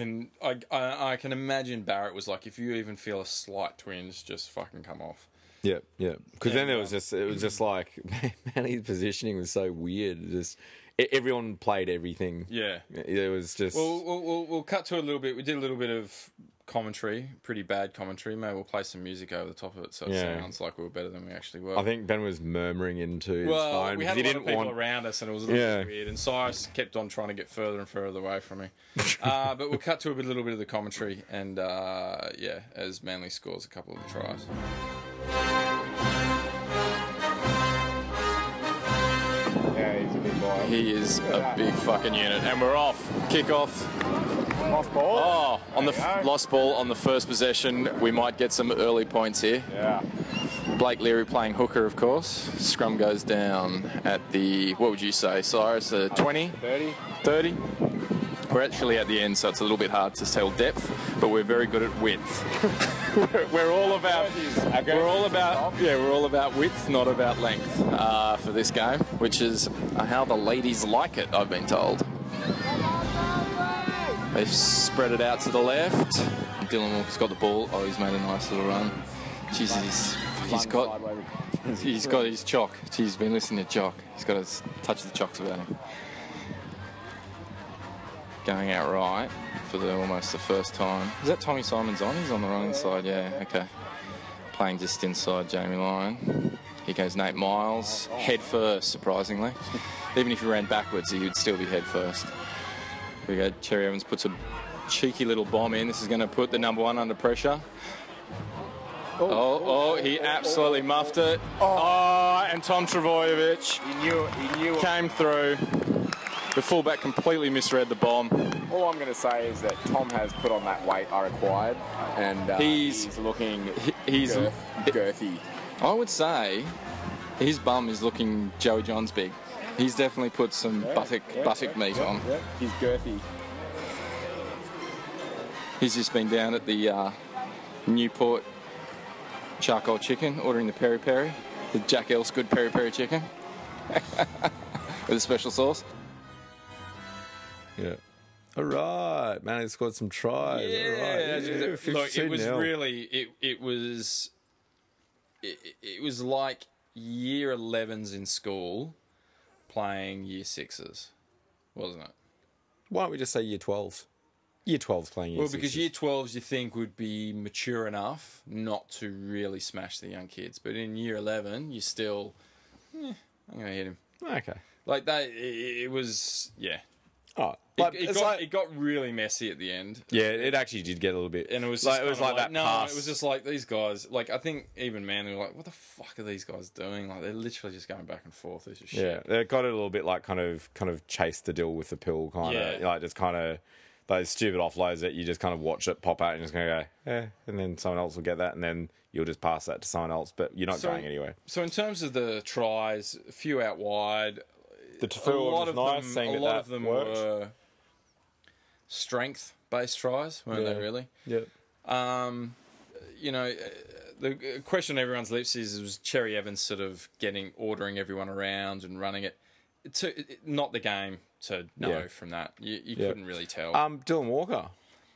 and I, I I can imagine Barrett was like, if you even feel a slight twinge, just fucking come off.
Yeah, yeah. Because then there was just it was just like man, Manly's positioning was so weird. It Just e- everyone played everything.
Yeah.
it was just
We'll, we'll, we'll, we'll cut to a little bit. We did a little bit of commentary, pretty bad commentary. Maybe we'll play some music over the top of it, so it
Yeah.
sounds like we were better than we actually were.
I think Ben was murmuring into his
Well,
phone
we had
because he
a lot
didn't
of people
want.
around us, and it was a little
Yeah.
bit weird. And Cyrus kept on trying to get further and further away from me. uh, but we'll cut to a bit- little bit of the commentary, and uh, yeah, as Manly scores a couple of tries.
Yeah, he's a big boy.
He is a big fucking unit. And we're off. Kick off.
Off ball.
Oh, on the
There you
f-
go.
lost ball on the first possession. We might get some early points here.
Yeah.
Blake Leary playing hooker, of course. Scrum goes down at the, what would you say, Cyrus, uh, 20,
30.
30? We're actually at the end, so it's a little bit hard to tell depth, but we're very good at width. we're, we're all about, we're all about, yeah, we're all about width, not about length uh, for this game, which is how the ladies like it. I've been told. They've spread it out to the left. Dylan Walker's got the ball. Oh, he's made a nice little run. Jesus, he's, he's got, he's got his chalk. He's been listening to chalk. He's got his touch of the chocks about him going out right for the almost the first time. Is that Tommy Simon's on? He's on the running side, yeah, okay. Playing just inside Jamie Lyon. Here goes Nate Miles, head first, surprisingly. Even if he ran backwards, he would still be head first. Here we go, Cherry Evans puts a cheeky little bomb in. This is going to put the number one under pressure. Oh, oh, he absolutely muffed it. Oh, and Tom Travojevic
He knew. He knew.
came through. The fullback completely misread the bomb.
All I'm going to say is that Tom has put on that weight I required, and uh,
He's-
he's, looking
He- He's.
girth, girthy.
I would say his bum is looking Joey Johns big. He's definitely put some buttock buttock meat on.
Yeah, he's girthy.
He's just been down at the uh, Newport charcoal chicken, ordering the peri peri, the Jack Else good peri peri chicken with a special sauce.
Yeah. All right, man. He scored some tries. All right.
look, it was
15-0.
really it. It was it, it was like year 11s in school playing year sixes, wasn't it?
Why don't we just say year 12s? Year 12s playing year
Well, because
sixes.
year 12s you think would be mature enough not to really smash the young kids, but in year 11 you still, eh, I'm gonna hit him.
Okay.
Like that, it, it was yeah.
All right.
It,
Like,
it
Oh, it's
got
like-
it got really messy at the end,
yeah, it actually did get a little bit.
and it was
like
just
it was
kinda
like that
no,
pass.
it was just like these guys. Like I think even man, they were like, what the fuck are these guys doing? Like they're literally just going back and forth. This is shit.
yeah, it got a little bit like kind of kind of chase the deal with the pill kind of
Yeah.
like just kind of those stupid offloads that you just kind of watch it pop out and just gonna go eh, and then someone else will get that and then you'll just pass that to someone else, but you're not
So-
going anywhere.
So in terms of the tries, a few out wide,
The
a
field
lot
was
of
nice,
them,
seeing
a
that
lot
that
of them
worked.
were strength based tries, weren't
Yeah.
they? Really?
Yeah.
Um, you know, uh, the uh, question on everyone's lips is was Cherry Evans sort of getting ordering everyone around and running it. To, it- not the game to know
Yeah.
from that. You, you
Yeah.
couldn't really tell.
Um, Dylan Walker.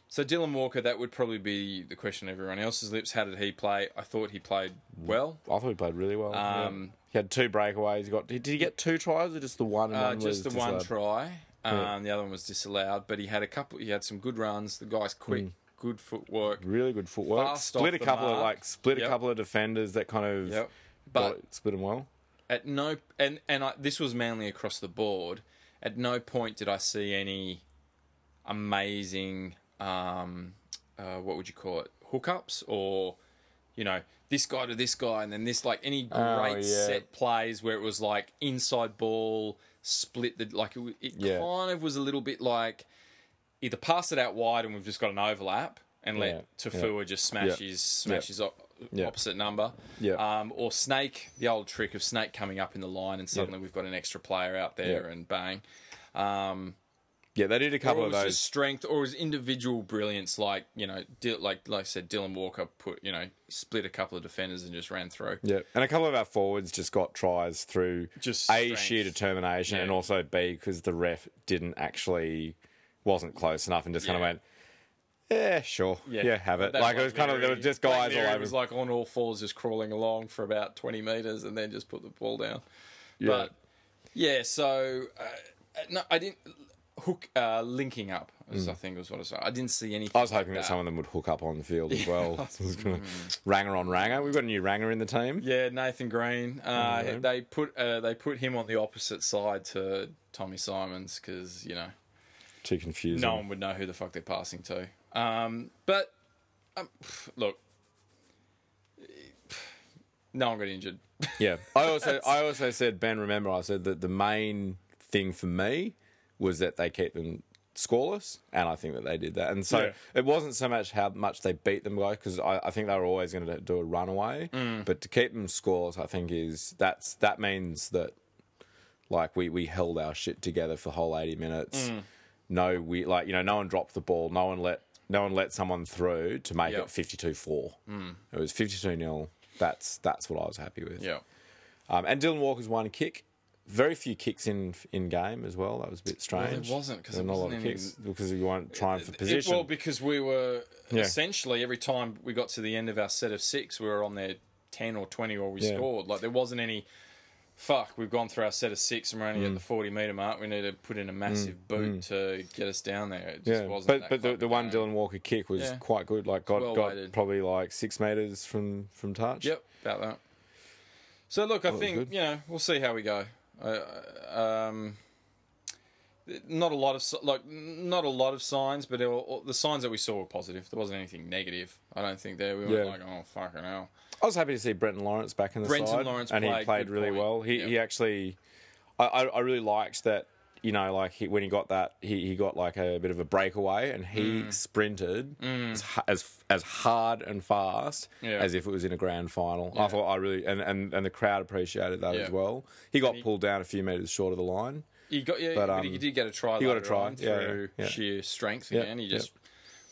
so Dylan Walker, that would probably be the question on everyone else's lips. How did he play? I thought he played well.
I thought he played really well. yeah.
Um,
He had two breakaways. He got did he get two tries or just the one? and
Uh,
one was
just the one
disallowed?
try. Um, The other one was disallowed, but he had a couple. He had some good runs. The guy's
Hmm.
quick, good footwork.
Really good footwork.
Fast
split
off the
a couple of
mark.
like split
Yep.
a couple of defenders that kind of
Yep.
got
But
it, split them well.
at no and and I, this was mainly across the board. At no point did I see any amazing um, uh, what would you call it hookups or you know this guy to this guy and then this like any great
Oh, yeah.
set plays where it was like inside ball split the like it, w- it
Yeah.
kind of was a little bit like either pass it out wide and we've just got an overlap and
Yeah,
let
yeah.
Tafua just smash
Yeah,
his smash
yeah.
his op-
Yeah.
opposite number
Yeah.
um, or snake the old trick of snake coming up in the line and suddenly we've got an extra player out there
Yeah.
and bang um,
Yeah, they did a couple
or
of
it was just
those.
strength or it was individual brilliance like you know Dil- like like I said Dylan Walker put you know split a couple of defenders and just ran through
Yeah, and a couple of our forwards just got tries through
Just
a
strength.
sheer determination and
Yeah.
also b because the ref didn't actually wasn't close enough and just kind
Yeah.
of went. Yeah, sure. Yeah, have it.
That's
Like it was kind of there
Mary-
were just
Blake
guys all
Mary
over.
was
him.
like on all fours just crawling along for about 20 meters and then just put the ball down but yeah so uh, no I didn't hook uh, linking up is, I think was what I saw I didn't see anything
Mm. I was hoping that,
that.
some of them would hook up on the field as well. ranger on ranger. We've got a new ranger in the team.
Yeah, Nathan Green. Uh, They put uh, they put him on the opposite side to Tommy Simons because you know
Too confusing.
no one would know who the fuck they're passing to. Um, but um, look, No one got injured.
Yeah. I also I also said Ben. Remember, I said that the main thing for me was that they kept them scoreless, and I think that they did that. And so
Yeah.
it wasn't so much how much they beat them guys because I, I think they were always going to do a runaway,
Mm.
but to keep them scoreless, I think is that's that means that like we we held our shit together for the whole eighty minutes.
Mm.
No, we like you know no one dropped the ball. No one let no one let someone through to make
Yep.
it fifty two four. It was fifty two 0 That's that's what I was happy with.
Mm. Yeah.
Um, and Dylan Walker's one kick. Very few kicks in in game as well. That was a bit strange.
there wasn't, 'cause
There
it
were not a lot of
wasn't any-
kicks because we weren't trying for
It-
position.
well, because we were
Yeah.
essentially every time we got to the end of our set of six, we were on their ten or twenty, or we
Yeah.
scored. Like there wasn't any. Fuck, we've gone through our set of six and we're only
Mm.
at the forty meter mark. We need to put in a massive boot to get us down there. It just
yeah,
wasn't.
but
that
but the,
type
the
of
one
game.
Dylan Walker kick was
Yeah.
quite good. Like got
Well
got
weighted.
probably like six meters from from touch.
Yep, about that. So look, I
was
think
good.
you know we'll see how we go. Uh, um, not a lot of si- like not a lot of signs, but it were, all- the signs that we saw were positive. There wasn't anything negative. I don't think there. We weren't
Yeah.
like oh fucking hell.
I was happy to see Brenton Lawrence back in the
Brenton
side.
Lawrence
and
played,
he played
good
really
point.
well. He
Yep.
he actually, I, I I really liked that. You know, like he, when he got that, he, he got like a bit of a breakaway, and he
Mm.
sprinted as ha as as hard and fast
Yeah.
as if it was in a grand final. I thought I really and, and, and the crowd appreciated that
Yeah.
as well. He got pulled down a few meters short of the line.
He got yeah, but,
But,
he
um,
did get a try.
he got a
later
try,
on
yeah, yeah,
through
yeah.
sheer strength
Yep,
again. He
yep.
just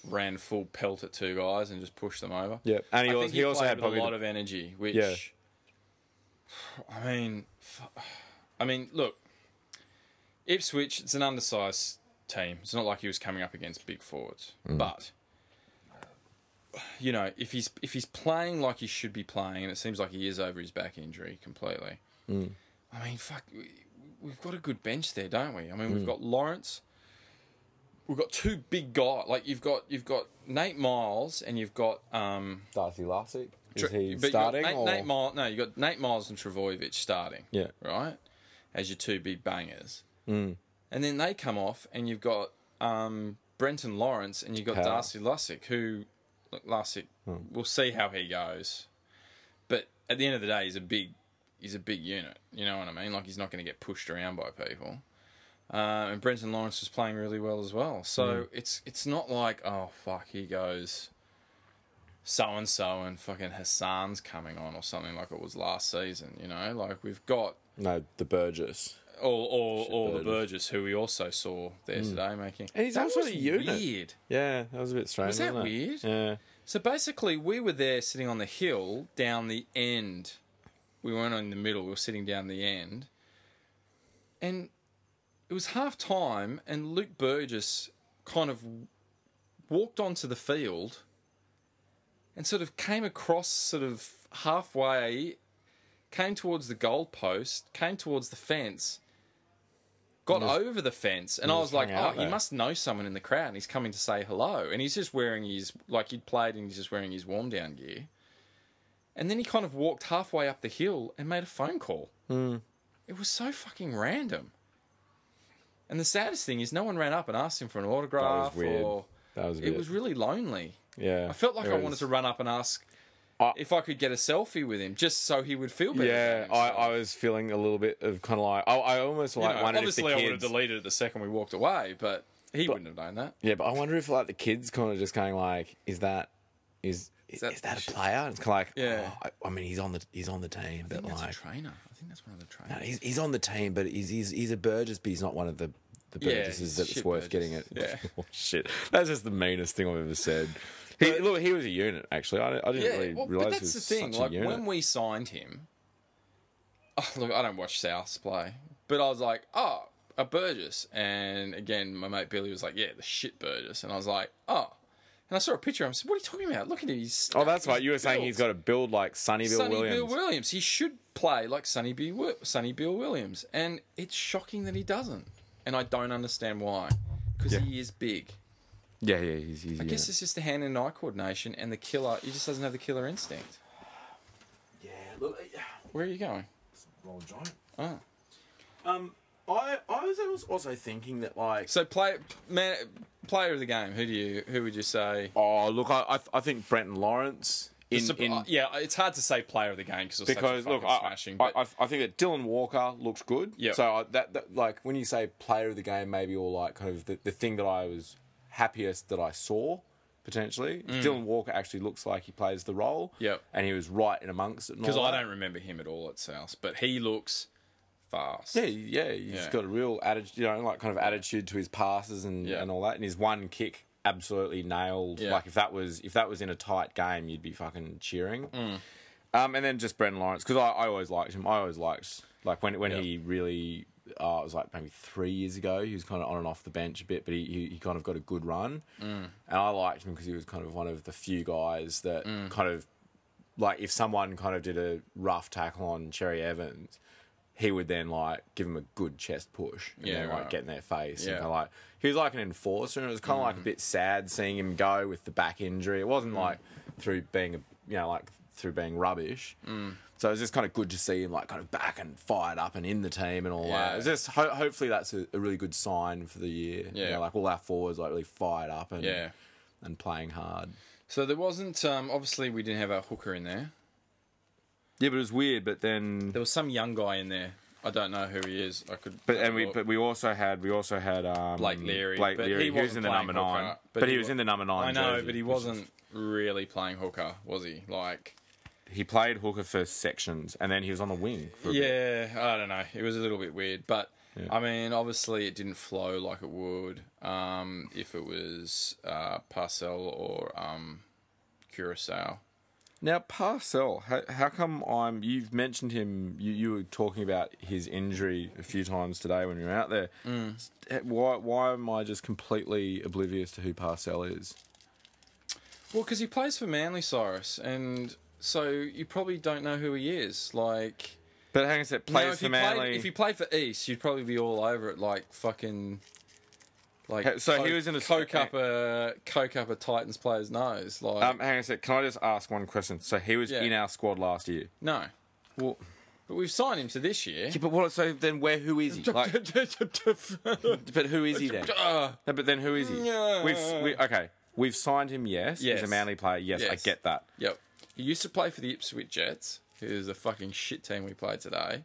ran full pelt at two guys and just pushed them over.
Yep. And he
I
als-
think
he also
played
had
with
probably
a lot
the-
of energy, which
Yeah.
I mean, fu- I mean, look, Ipswich. It's an undersized team. It's not like he was coming up against big forwards,
Mm.
but. You know, if he's if he's playing like he should be playing, and it seems like he is over his back injury completely,
Mm.
I mean, fuck, we, we've got a good bench there, don't we? I mean,
Mm.
we've got Lawrence. We've got two big guys. Like you've got you've got Nate Miles and you've got um.
Darcy Larsic is
Tre-
he
but you've got
starting
Nate,
or
Nate Miles? No, you have got Nate Miles and Travojevic starting.
Yeah.
right. As your two big bangers, and then they come off, and you've got um, Brenton Lawrence and you've got
Powell.
Darcy Lussick, who look, Lussick. We'll see how he goes, but at the end of the day, he's a big he's a big unit. You know what I mean? Like he's not going to get pushed around by people. Um, and Brenton Lawrence was playing really well as well. So it's it's not like oh fuck here goes so and so and fucking Hassan's coming on or something like it was last season. You know, like we've got
no the Burgess.
or or, or the
Burgess.
Burgess who we also saw there today making.
And he's
Hmm. That
also
was
a unit.
Weird.
Yeah, that was a bit strange.
Was that
wasn't it?
weird?
Yeah.
So basically, we were there sitting on the hill down the end. We weren't in the middle, we were sitting down the end. And it was half time, and Luke Burgess kind of walked onto the field and sort of came across, sort of halfway, came towards the goalpost, came towards the fence. Got over the fence, and I was
just
like,
hung out
"Oh, he
there."
must know someone in the crowd." And he's coming to say hello, and he's just wearing his like he'd played, and he's just wearing his warm down gear. And then he kind of walked halfway up the hill and made a phone call. It was so fucking random. And the saddest thing is, no one ran up and asked him for an
That
autograph.
was weird.
Or
That was a
it
bit-
was really lonely.
yeah.
I felt like
It
I
was-
wanted to run up and ask
I-
if I could get a selfie with him, just so he would feel better.
Yeah,
about
I,
himself.
I was feeling a little bit of kind of like I, I almost like
You know,
wondered if the
obviously, I would have
kids.
deleted it the second we walked away, but he wouldn't have known that.
yeah, but I wonder if like the kids kind of just going like, is that is is
that
that, is that a player? And it's kind of like,
Yeah.
oh, I, I mean, he's on the he's on the team,
I
but
think that's
like
a trainer. I think that's one of the trainers.
no, he's he's on the team, but he's he's, he's a Burgess, but he's not one of the. The
Yeah,
Burgesses
he's
that it's
shit
worth getting it.
Burgess. Yeah.
Oh, shit, that's just the meanest thing I've ever said. He, look, he was a unit actually. I, I didn't really
well,
realize
but
he
that's
was
the thing.
such
Like
a unit.
when we signed him, oh, look, I don't watch Souths play, but I was like, oh, a Burgess, and again, my mate Billy was like, yeah, the shit Burgess, and I was like, oh, and I saw a picture. of him, I said, what are you talking about? Look at him. He's
oh, that's right. You were saying he's
built.
got to build like Sonny Bill
Sonny
Williams.
Bill Williams. He should play like Sonny, B. Wi- Sonny Bill Williams, and it's shocking that he doesn't. And I don't understand why, because he is big.
Yeah, yeah, he's, he's a
I
unit.
guess it's just the hand and eye coordination and the killer. He just doesn't have the killer instinct. Yeah. Where are you going?
Roll giant.
Oh.
Um, I I was, I was also thinking that like.
So play man, player of the game. Who do you? Who would you say?
Oh, look, I, I, I think Brenton Lawrence
The
in,
sup-
in
uh, yeah, it's hard to say player of the game because it was
because
such a
look,
fucking
I,
smashing.
I,
But
I, I think that Dylan Walker looked good.
Yep.
So I, that, that like when you say player of the game, maybe or like kind of the, the thing that I was happiest that I saw potentially. Dylan Walker actually looks like he plays the role.
Mm. Yep.
And he was right in amongst it. and
because
all
I
that.
don't remember him at all at South, but he looks fast.
Yeah, yeah, he's
Yeah.
got a real attitude, you know, like kind of attitude to his passes and,
Yeah.
and all that. And his one kick absolutely nailed.
Yeah.
Like if that was if that was in a tight game, you'd be fucking cheering.
Mm.
Um, and then just Brendan Lawrence because I, I always liked him. I always liked like when when
Yeah.
he really. Uh, it was like maybe three years ago. He was kind of on and off the bench a bit, but he, he, he kind of got a good run, mm. and I liked him because he was kind of one of the few guys that
Mm.
kind of like if someone kind of did a rough tackle on Cherry Evans, he would then like give him a good chest push and
Yeah,
then like
right.
get in their face
Yeah. Mm.
and kind of like he was like an enforcer and it was kind of like a bit sad seeing him go with the back injury. It wasn't like through being a you know like through being rubbish.
Mm.
So it was just kind of good to see him like kind of back and fired up and in the team and all that.
Yeah.
It was just ho- hopefully that's a, a really good sign for the year. You
Yeah.
know, like all our forwards like really fired up and
Yeah.
and playing hard.
So there wasn't. Um, obviously, we didn't have our hooker in there.
Yeah, but it was weird. But then
There was some young guy in there. I don't know who he is. I could.
But and we
look.
but we also had we also had um,
Blake Leary.
Blake
but
Leary. He, was
wasn't
in the
playing
number nine,
hooker,
but, he was
wa-
in the number nine.
I know,
jersey,
but he
which is-
wasn't really playing hooker, was he? Like,
He played hooker for sections, and then he was on the wing. For a bit.
yeah, I don't know. It was a little bit weird, but I mean, obviously, it didn't flow like it would um, if it was uh, Parcel or um, Curacao.
Now Parcell, how, how come I'm? You've mentioned him. You, you were talking about his injury a few times today when we were out there.
Mm.
Eh, Why why am I just completely oblivious to who Parcell is?
Well, because he plays for Manly Cyrus, and so you probably don't know who he is. Like,
But hang on a sec.
now,
Plays
if,
for
you
Manly.
played, if you played for East, you'd probably be all over it, like fucking.
Hey,
Like,
so he was in a-
coke up a coke up a Titans player's nose. Like,
um, hang on a sec. Can I just ask one question? So he was
Yeah.
in our squad last year.
no,
Well,
but we've signed him to this year.
yeah, but what? So then, where? Who is he? Like, But who is he then?
Uh,
No, but then who is he?
Yeah.
We've we, okay. We've signed him. Yes, he's
Yes.
a Manly player. Yes, I
Yes.
get that.
Yep. He used to play for the Ipswich Jets, who's a fucking shit team we played today.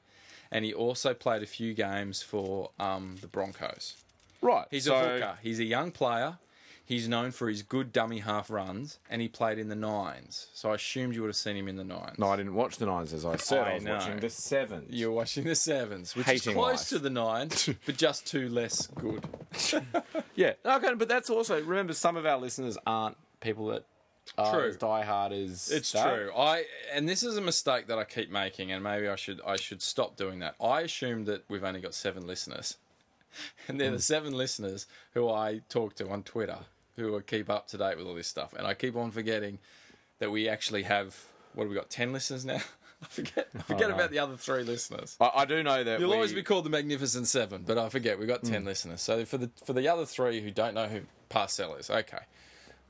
And he also played a few games for um, the Broncos.
Right.
He's
so,
a hooker. He's a young player. He's known for his good dummy half runs, and he played in the nines. So I assumed you would have seen him in the nines.
No, I didn't watch the nines as I said. I,
I
was
know.
watching the sevens.
You're watching the sevens, which
Hating
is close
life.
to the nines, but just two less good.
Yeah. Okay, but that's also remember some of our listeners aren't people that are
True.
as diehard as
It's
that.
true. I and this is a mistake that I keep making, and maybe I should I should stop doing that. I assume that we've only got seven listeners, and they're the seven listeners who I talk to on Twitter who are keep up to date with all this stuff, and I keep on forgetting that we actually have what have we got ten listeners now. I forget. I forget about the other three listeners.
I, I do know that
You'll
we, Hmm.
always be called the Magnificent Seven, but I forget we've got ten listeners. So for the for the other three who don't know who Parcell is, okay,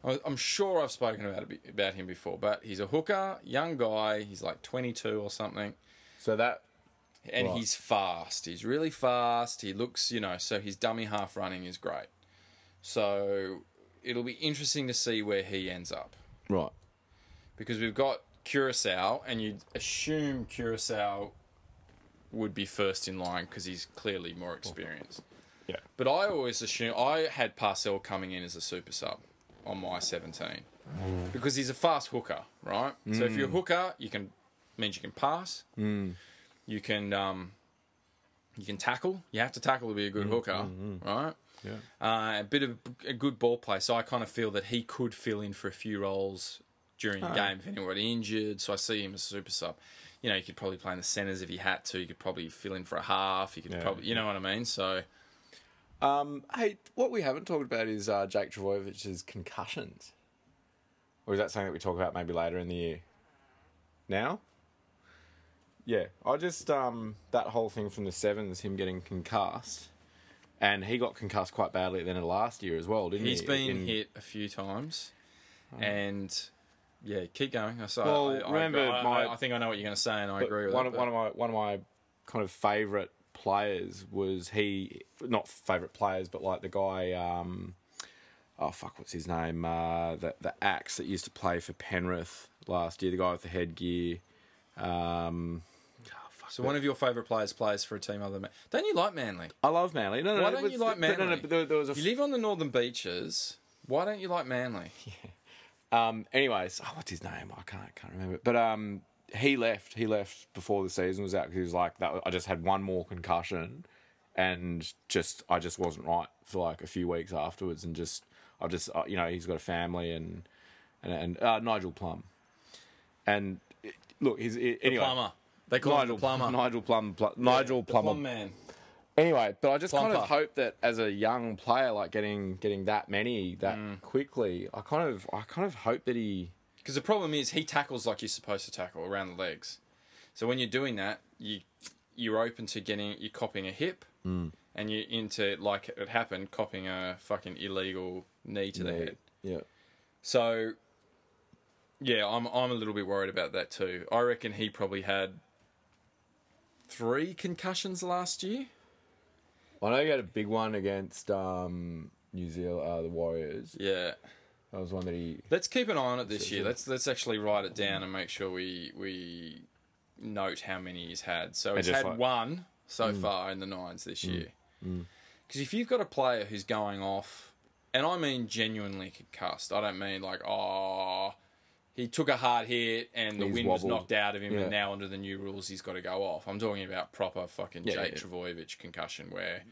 I- I'm sure I've spoken about it, be- about him before, but he's a hooker, young guy. He's like 22 or something,
so that
and
Right.
he's fast. He's really fast. He looks, you know, so his dummy half running is great. So it'll be interesting to see where he ends up
right.
because we've got Curacao, and you'd assume Curacao would be first in line because he's clearly more experienced.
Yeah.
But I always assume I had Parcell coming in as a super sub on my 17 because he's a fast hooker, right? So if you're a hooker, you can means you can pass, you can um, you can tackle. You have to tackle to be a good hooker, right?
Yeah.
uh, a bit of a good ball play. So I kind of feel that he could fill in for a few roles during the game if anyone got injured. So I see him as a super sub. You know, you could probably play in the centres if you had to. You could probably fill in for a half. You could probably, you know what I mean. So
Um, hey, what we haven't talked about is uh, Jake Travojevich's concussions. Or is that something that we talk about maybe later in the year? Now? Yeah, I just, um, that whole thing from the sevens, him getting concussed. And he got concussed quite badly then in last year as well, didn't
he's
he?
been
In-
hit a few times, and yeah, keep going. I saw.
Oh. Well,
I, I,
remember
I, I-
my-
I think I know what you're going to say, and I
But
agree with
one
that,
of
but-
one of my one of my kind of favorite players was he not favorite players, but like the guy um, oh fuck, what's his name? Uh, the the axe that used to play for Penrith last year, the guy with the headgear. Um,
So one of your favourite players plays for a team other than Man- Don't you like Manly?
I love Manly. No, no,
Why
no,
don't
but-
you like
but
Manly?
No, no, but there, there was a
You live on the northern beaches. Why don't you like Manly?
Um, anyways, oh, what's his name? I can't can't remember. But um, he left. He left before the season was out 'cause he was like, that, I just had one more concussion, and just I just wasn't right for like a few weeks afterwards, and just I just uh, you know he's got a family and and, and uh, Nigel Plum, and it- look, he's it, anyway.
Plumber. They call him the
Nigel
plumber.
Nigel Plum. Pl- Nigel
The
Plummer.
plum man.
Anyway, but I just kind
Plumper.
of hope that as a young player, like getting getting that many that
Mm.
quickly, I kind of I kind of hope that he
Because the problem is he tackles like you're supposed to tackle around the legs. So when you're doing that, you you're open to getting you're copying a hip, and you're into like it happened copying a fucking illegal knee to the head.
Yeah.
So yeah, I'm I'm a little bit worried about that too. I reckon he probably had three concussions last year.
I know you had a big one against um, New Zealand, uh, the Warriors.
Yeah.
That was one that he.
Let's keep an eye on it this year. Let's let's actually write it down and make sure we we note how many he's had. So he's
just
had
like- Mm.
one so far in the nines this year. Because if you've got a player who's going off, and I mean genuinely concussed, I don't mean like oh he took a hard hit and the
He's
wind was
wobbled.
knocked out of him,
Yeah.
and now under the new rules he's got to go off. I'm talking about proper fucking
Yeah, yeah,
Jake
yeah.
Travojevic concussion where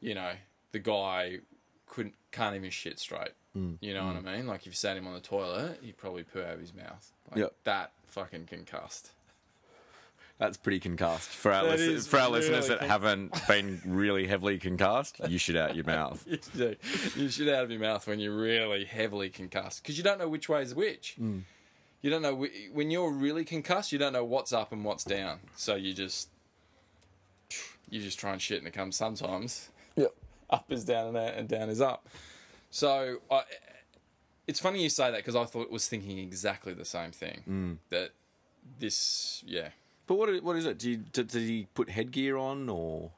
you know the guy couldn't can't even shit straight. You know what I mean? Like if you sat him on the toilet, he'd probably poo out of his mouth. Like
Yep.
that fucking concussed.
That's pretty concussed. For our,
That
listen-
is
for our
really
listeners that
con-
haven't been really heavily concussed, you should out your mouth.
You do. You shit out of your mouth when you're really heavily concussed because you don't know which way is which. You don't know wh- when you're really concussed. You don't know what's up and what's down. So you just you just try and shit and it comes sometimes.
Yep.
up is down and out, and down is up. So I, it's funny you say that because I thought was thinking exactly the same thing. That this, yeah,
But what is, what is it? Do you, did, did he put headgear on or.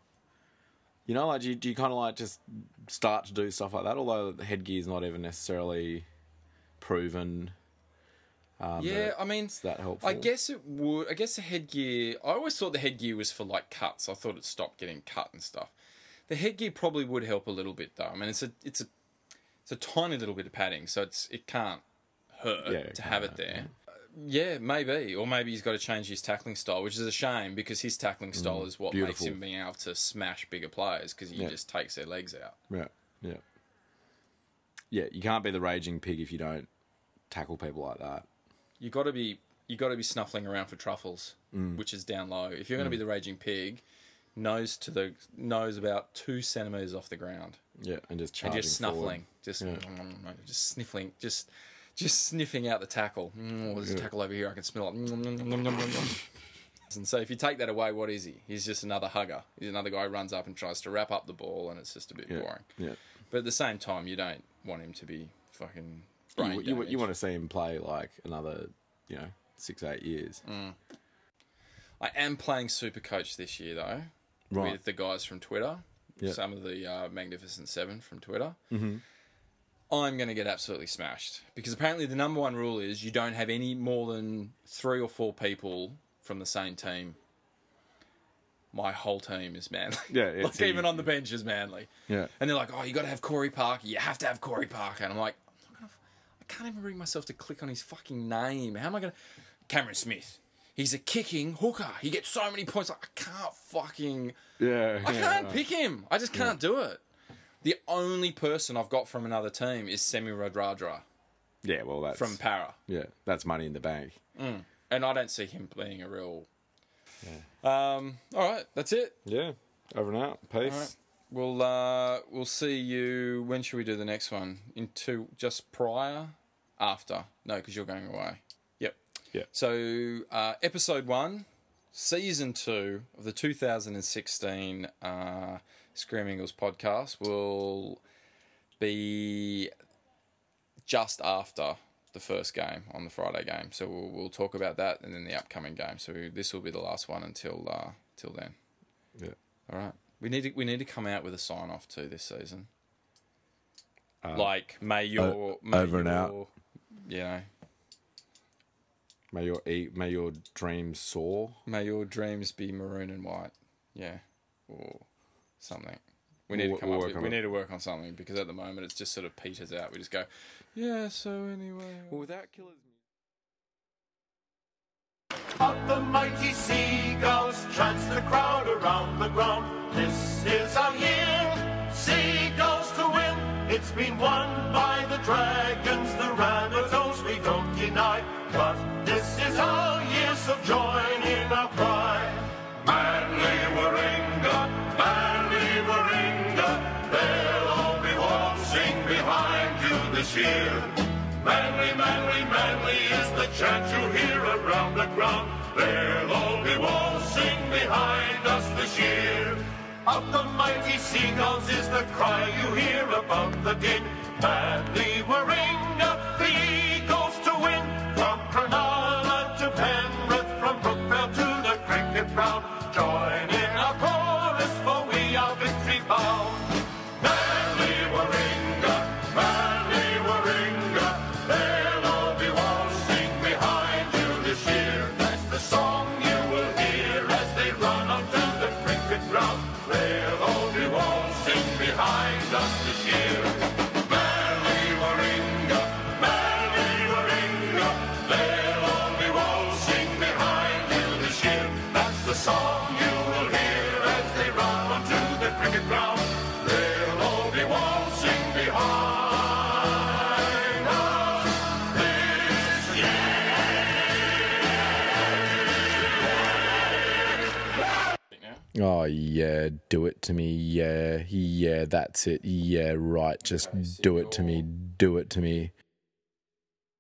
You know, like, do you, do you kind of like just start to do stuff like that? Although the headgear is not even necessarily proven um,
yeah. I mean,
that helpful.
I guess it would. I guess the headgear. I always thought the headgear was for like cuts. I thought it stopped getting cut and stuff. The headgear probably would help a little bit though. I mean, it's a it's a it's a tiny little bit of padding, so it's it can't hurt
Yeah, it
to
can't
have it
hurt,
there. Uh, Yeah, maybe, or maybe he's got to change his tackling style, which is a shame because his tackling style is what
Mm, beautiful.
makes him being able to smash bigger players because he
Yeah.
just takes their legs out.
Yeah, yeah, yeah. You can't be the raging pig if you don't tackle people like that.
you got to be you got to be snuffling around for truffles,
Mm.
which is down low. If you're going to be the raging pig, nose to the nose about two centimeters off the ground,
Yeah, and just
and
charging
just
forward.
snuffling, just mm, just sniffling, just just sniffing out the tackle. Mm, oh, there's a tackle over here. I can smell it. Mm, and so if you take that away, what is he? He's just another hugger. He's another guy who runs up and tries to wrap up the ball, and it's just a bit boring.
Yeah,
But at the same time, you don't want him to be fucking.
you,
brain
you, you
damaged.
want to see him play like another, you know, six eight years.
I am playing Super Coach this year though,
Right.
with the guys from Twitter,
Yeah.
some of the uh, Magnificent Seven from Twitter. Mm-hmm. I'm going to get absolutely smashed because apparently the number one rule is you don't have any more than three or four people from the same team. My whole team is Manly.
Yeah, yeah,
like
so you-
even on the bench is Manly.
Yeah.
and they're like, "Oh, you got to have Corey Parker. You have to have Corey Parker." And I'm like, I'm not gonna, I can't even bring myself to click on his fucking name. How am I gonna? Cameron Smith. He's a kicking hooker. He gets so many points. Like, I can't fucking.
Yeah,
I can't pick him. I just can't do it. The only person I've got from another team is Semi Radradra
yeah. Well, that's
from Para,
yeah, that's money in the bank.
and I don't see him being a real. Um. All right. That's it.
Yeah, over and out. Peace.
right. We'll uh we'll see you. When should we do the next one? In two, just prior, after? No, because you're going away. Yep.
Yeah.
So uh, episode one, season two of the 2016 uh, Screaming Eagles podcast will be just after the first game on the Friday game. So we'll, we'll talk about that and then the upcoming game. So this will be the last one until uh, till then.
Yeah.
All right. We need to, we need to come out with a sign off too this season. like may your may
Uh, over and out.
your- You know,
May your eat, may your dreams soar.
may your dreams be maroon and white. Yeah, or something. We need
We'll-
to come
we'll
up.
work
With,
on
we
it.
need to work on something because at the moment it's just sort of peters out. We just go, yeah. So anyway,
Well, without killers.
Up the mighty seagulls, trance the crowd around the ground. This is our year, seagulls to win. It's been won by the dragons, the Ranatos, we don't deny. But this is our year, so join in our cry. Manly Warringah, Manly Warringah, they'll all be waltzing behind you this year. Manly, manly, manly is the chant you hear around the ground. They'll all be waltzing behind us this year. Of the mighty seagulls is the cry you hear above the din. Manly Warringah, the eagles to win. From Cronulla to Penrith, from Brookvale to the cricket ground. Join in our chorus, for we are victory bound. Manly Warringah, Manly Warringah, they'll all be waltzing behind you this year. That's the song you will hear as they run onto the cricket ground. They'll all be waltzing behind us this year. Manly Warringah, Manly Warringah, they'll all be waltzing behind you this year. That's the song you will hear as they run onto the cricket ground. They'll all be waltzing behind us this
Oh yeah, do it to me. Yeah, yeah, that's it. Yeah, right. Just do it to me. Do it to me.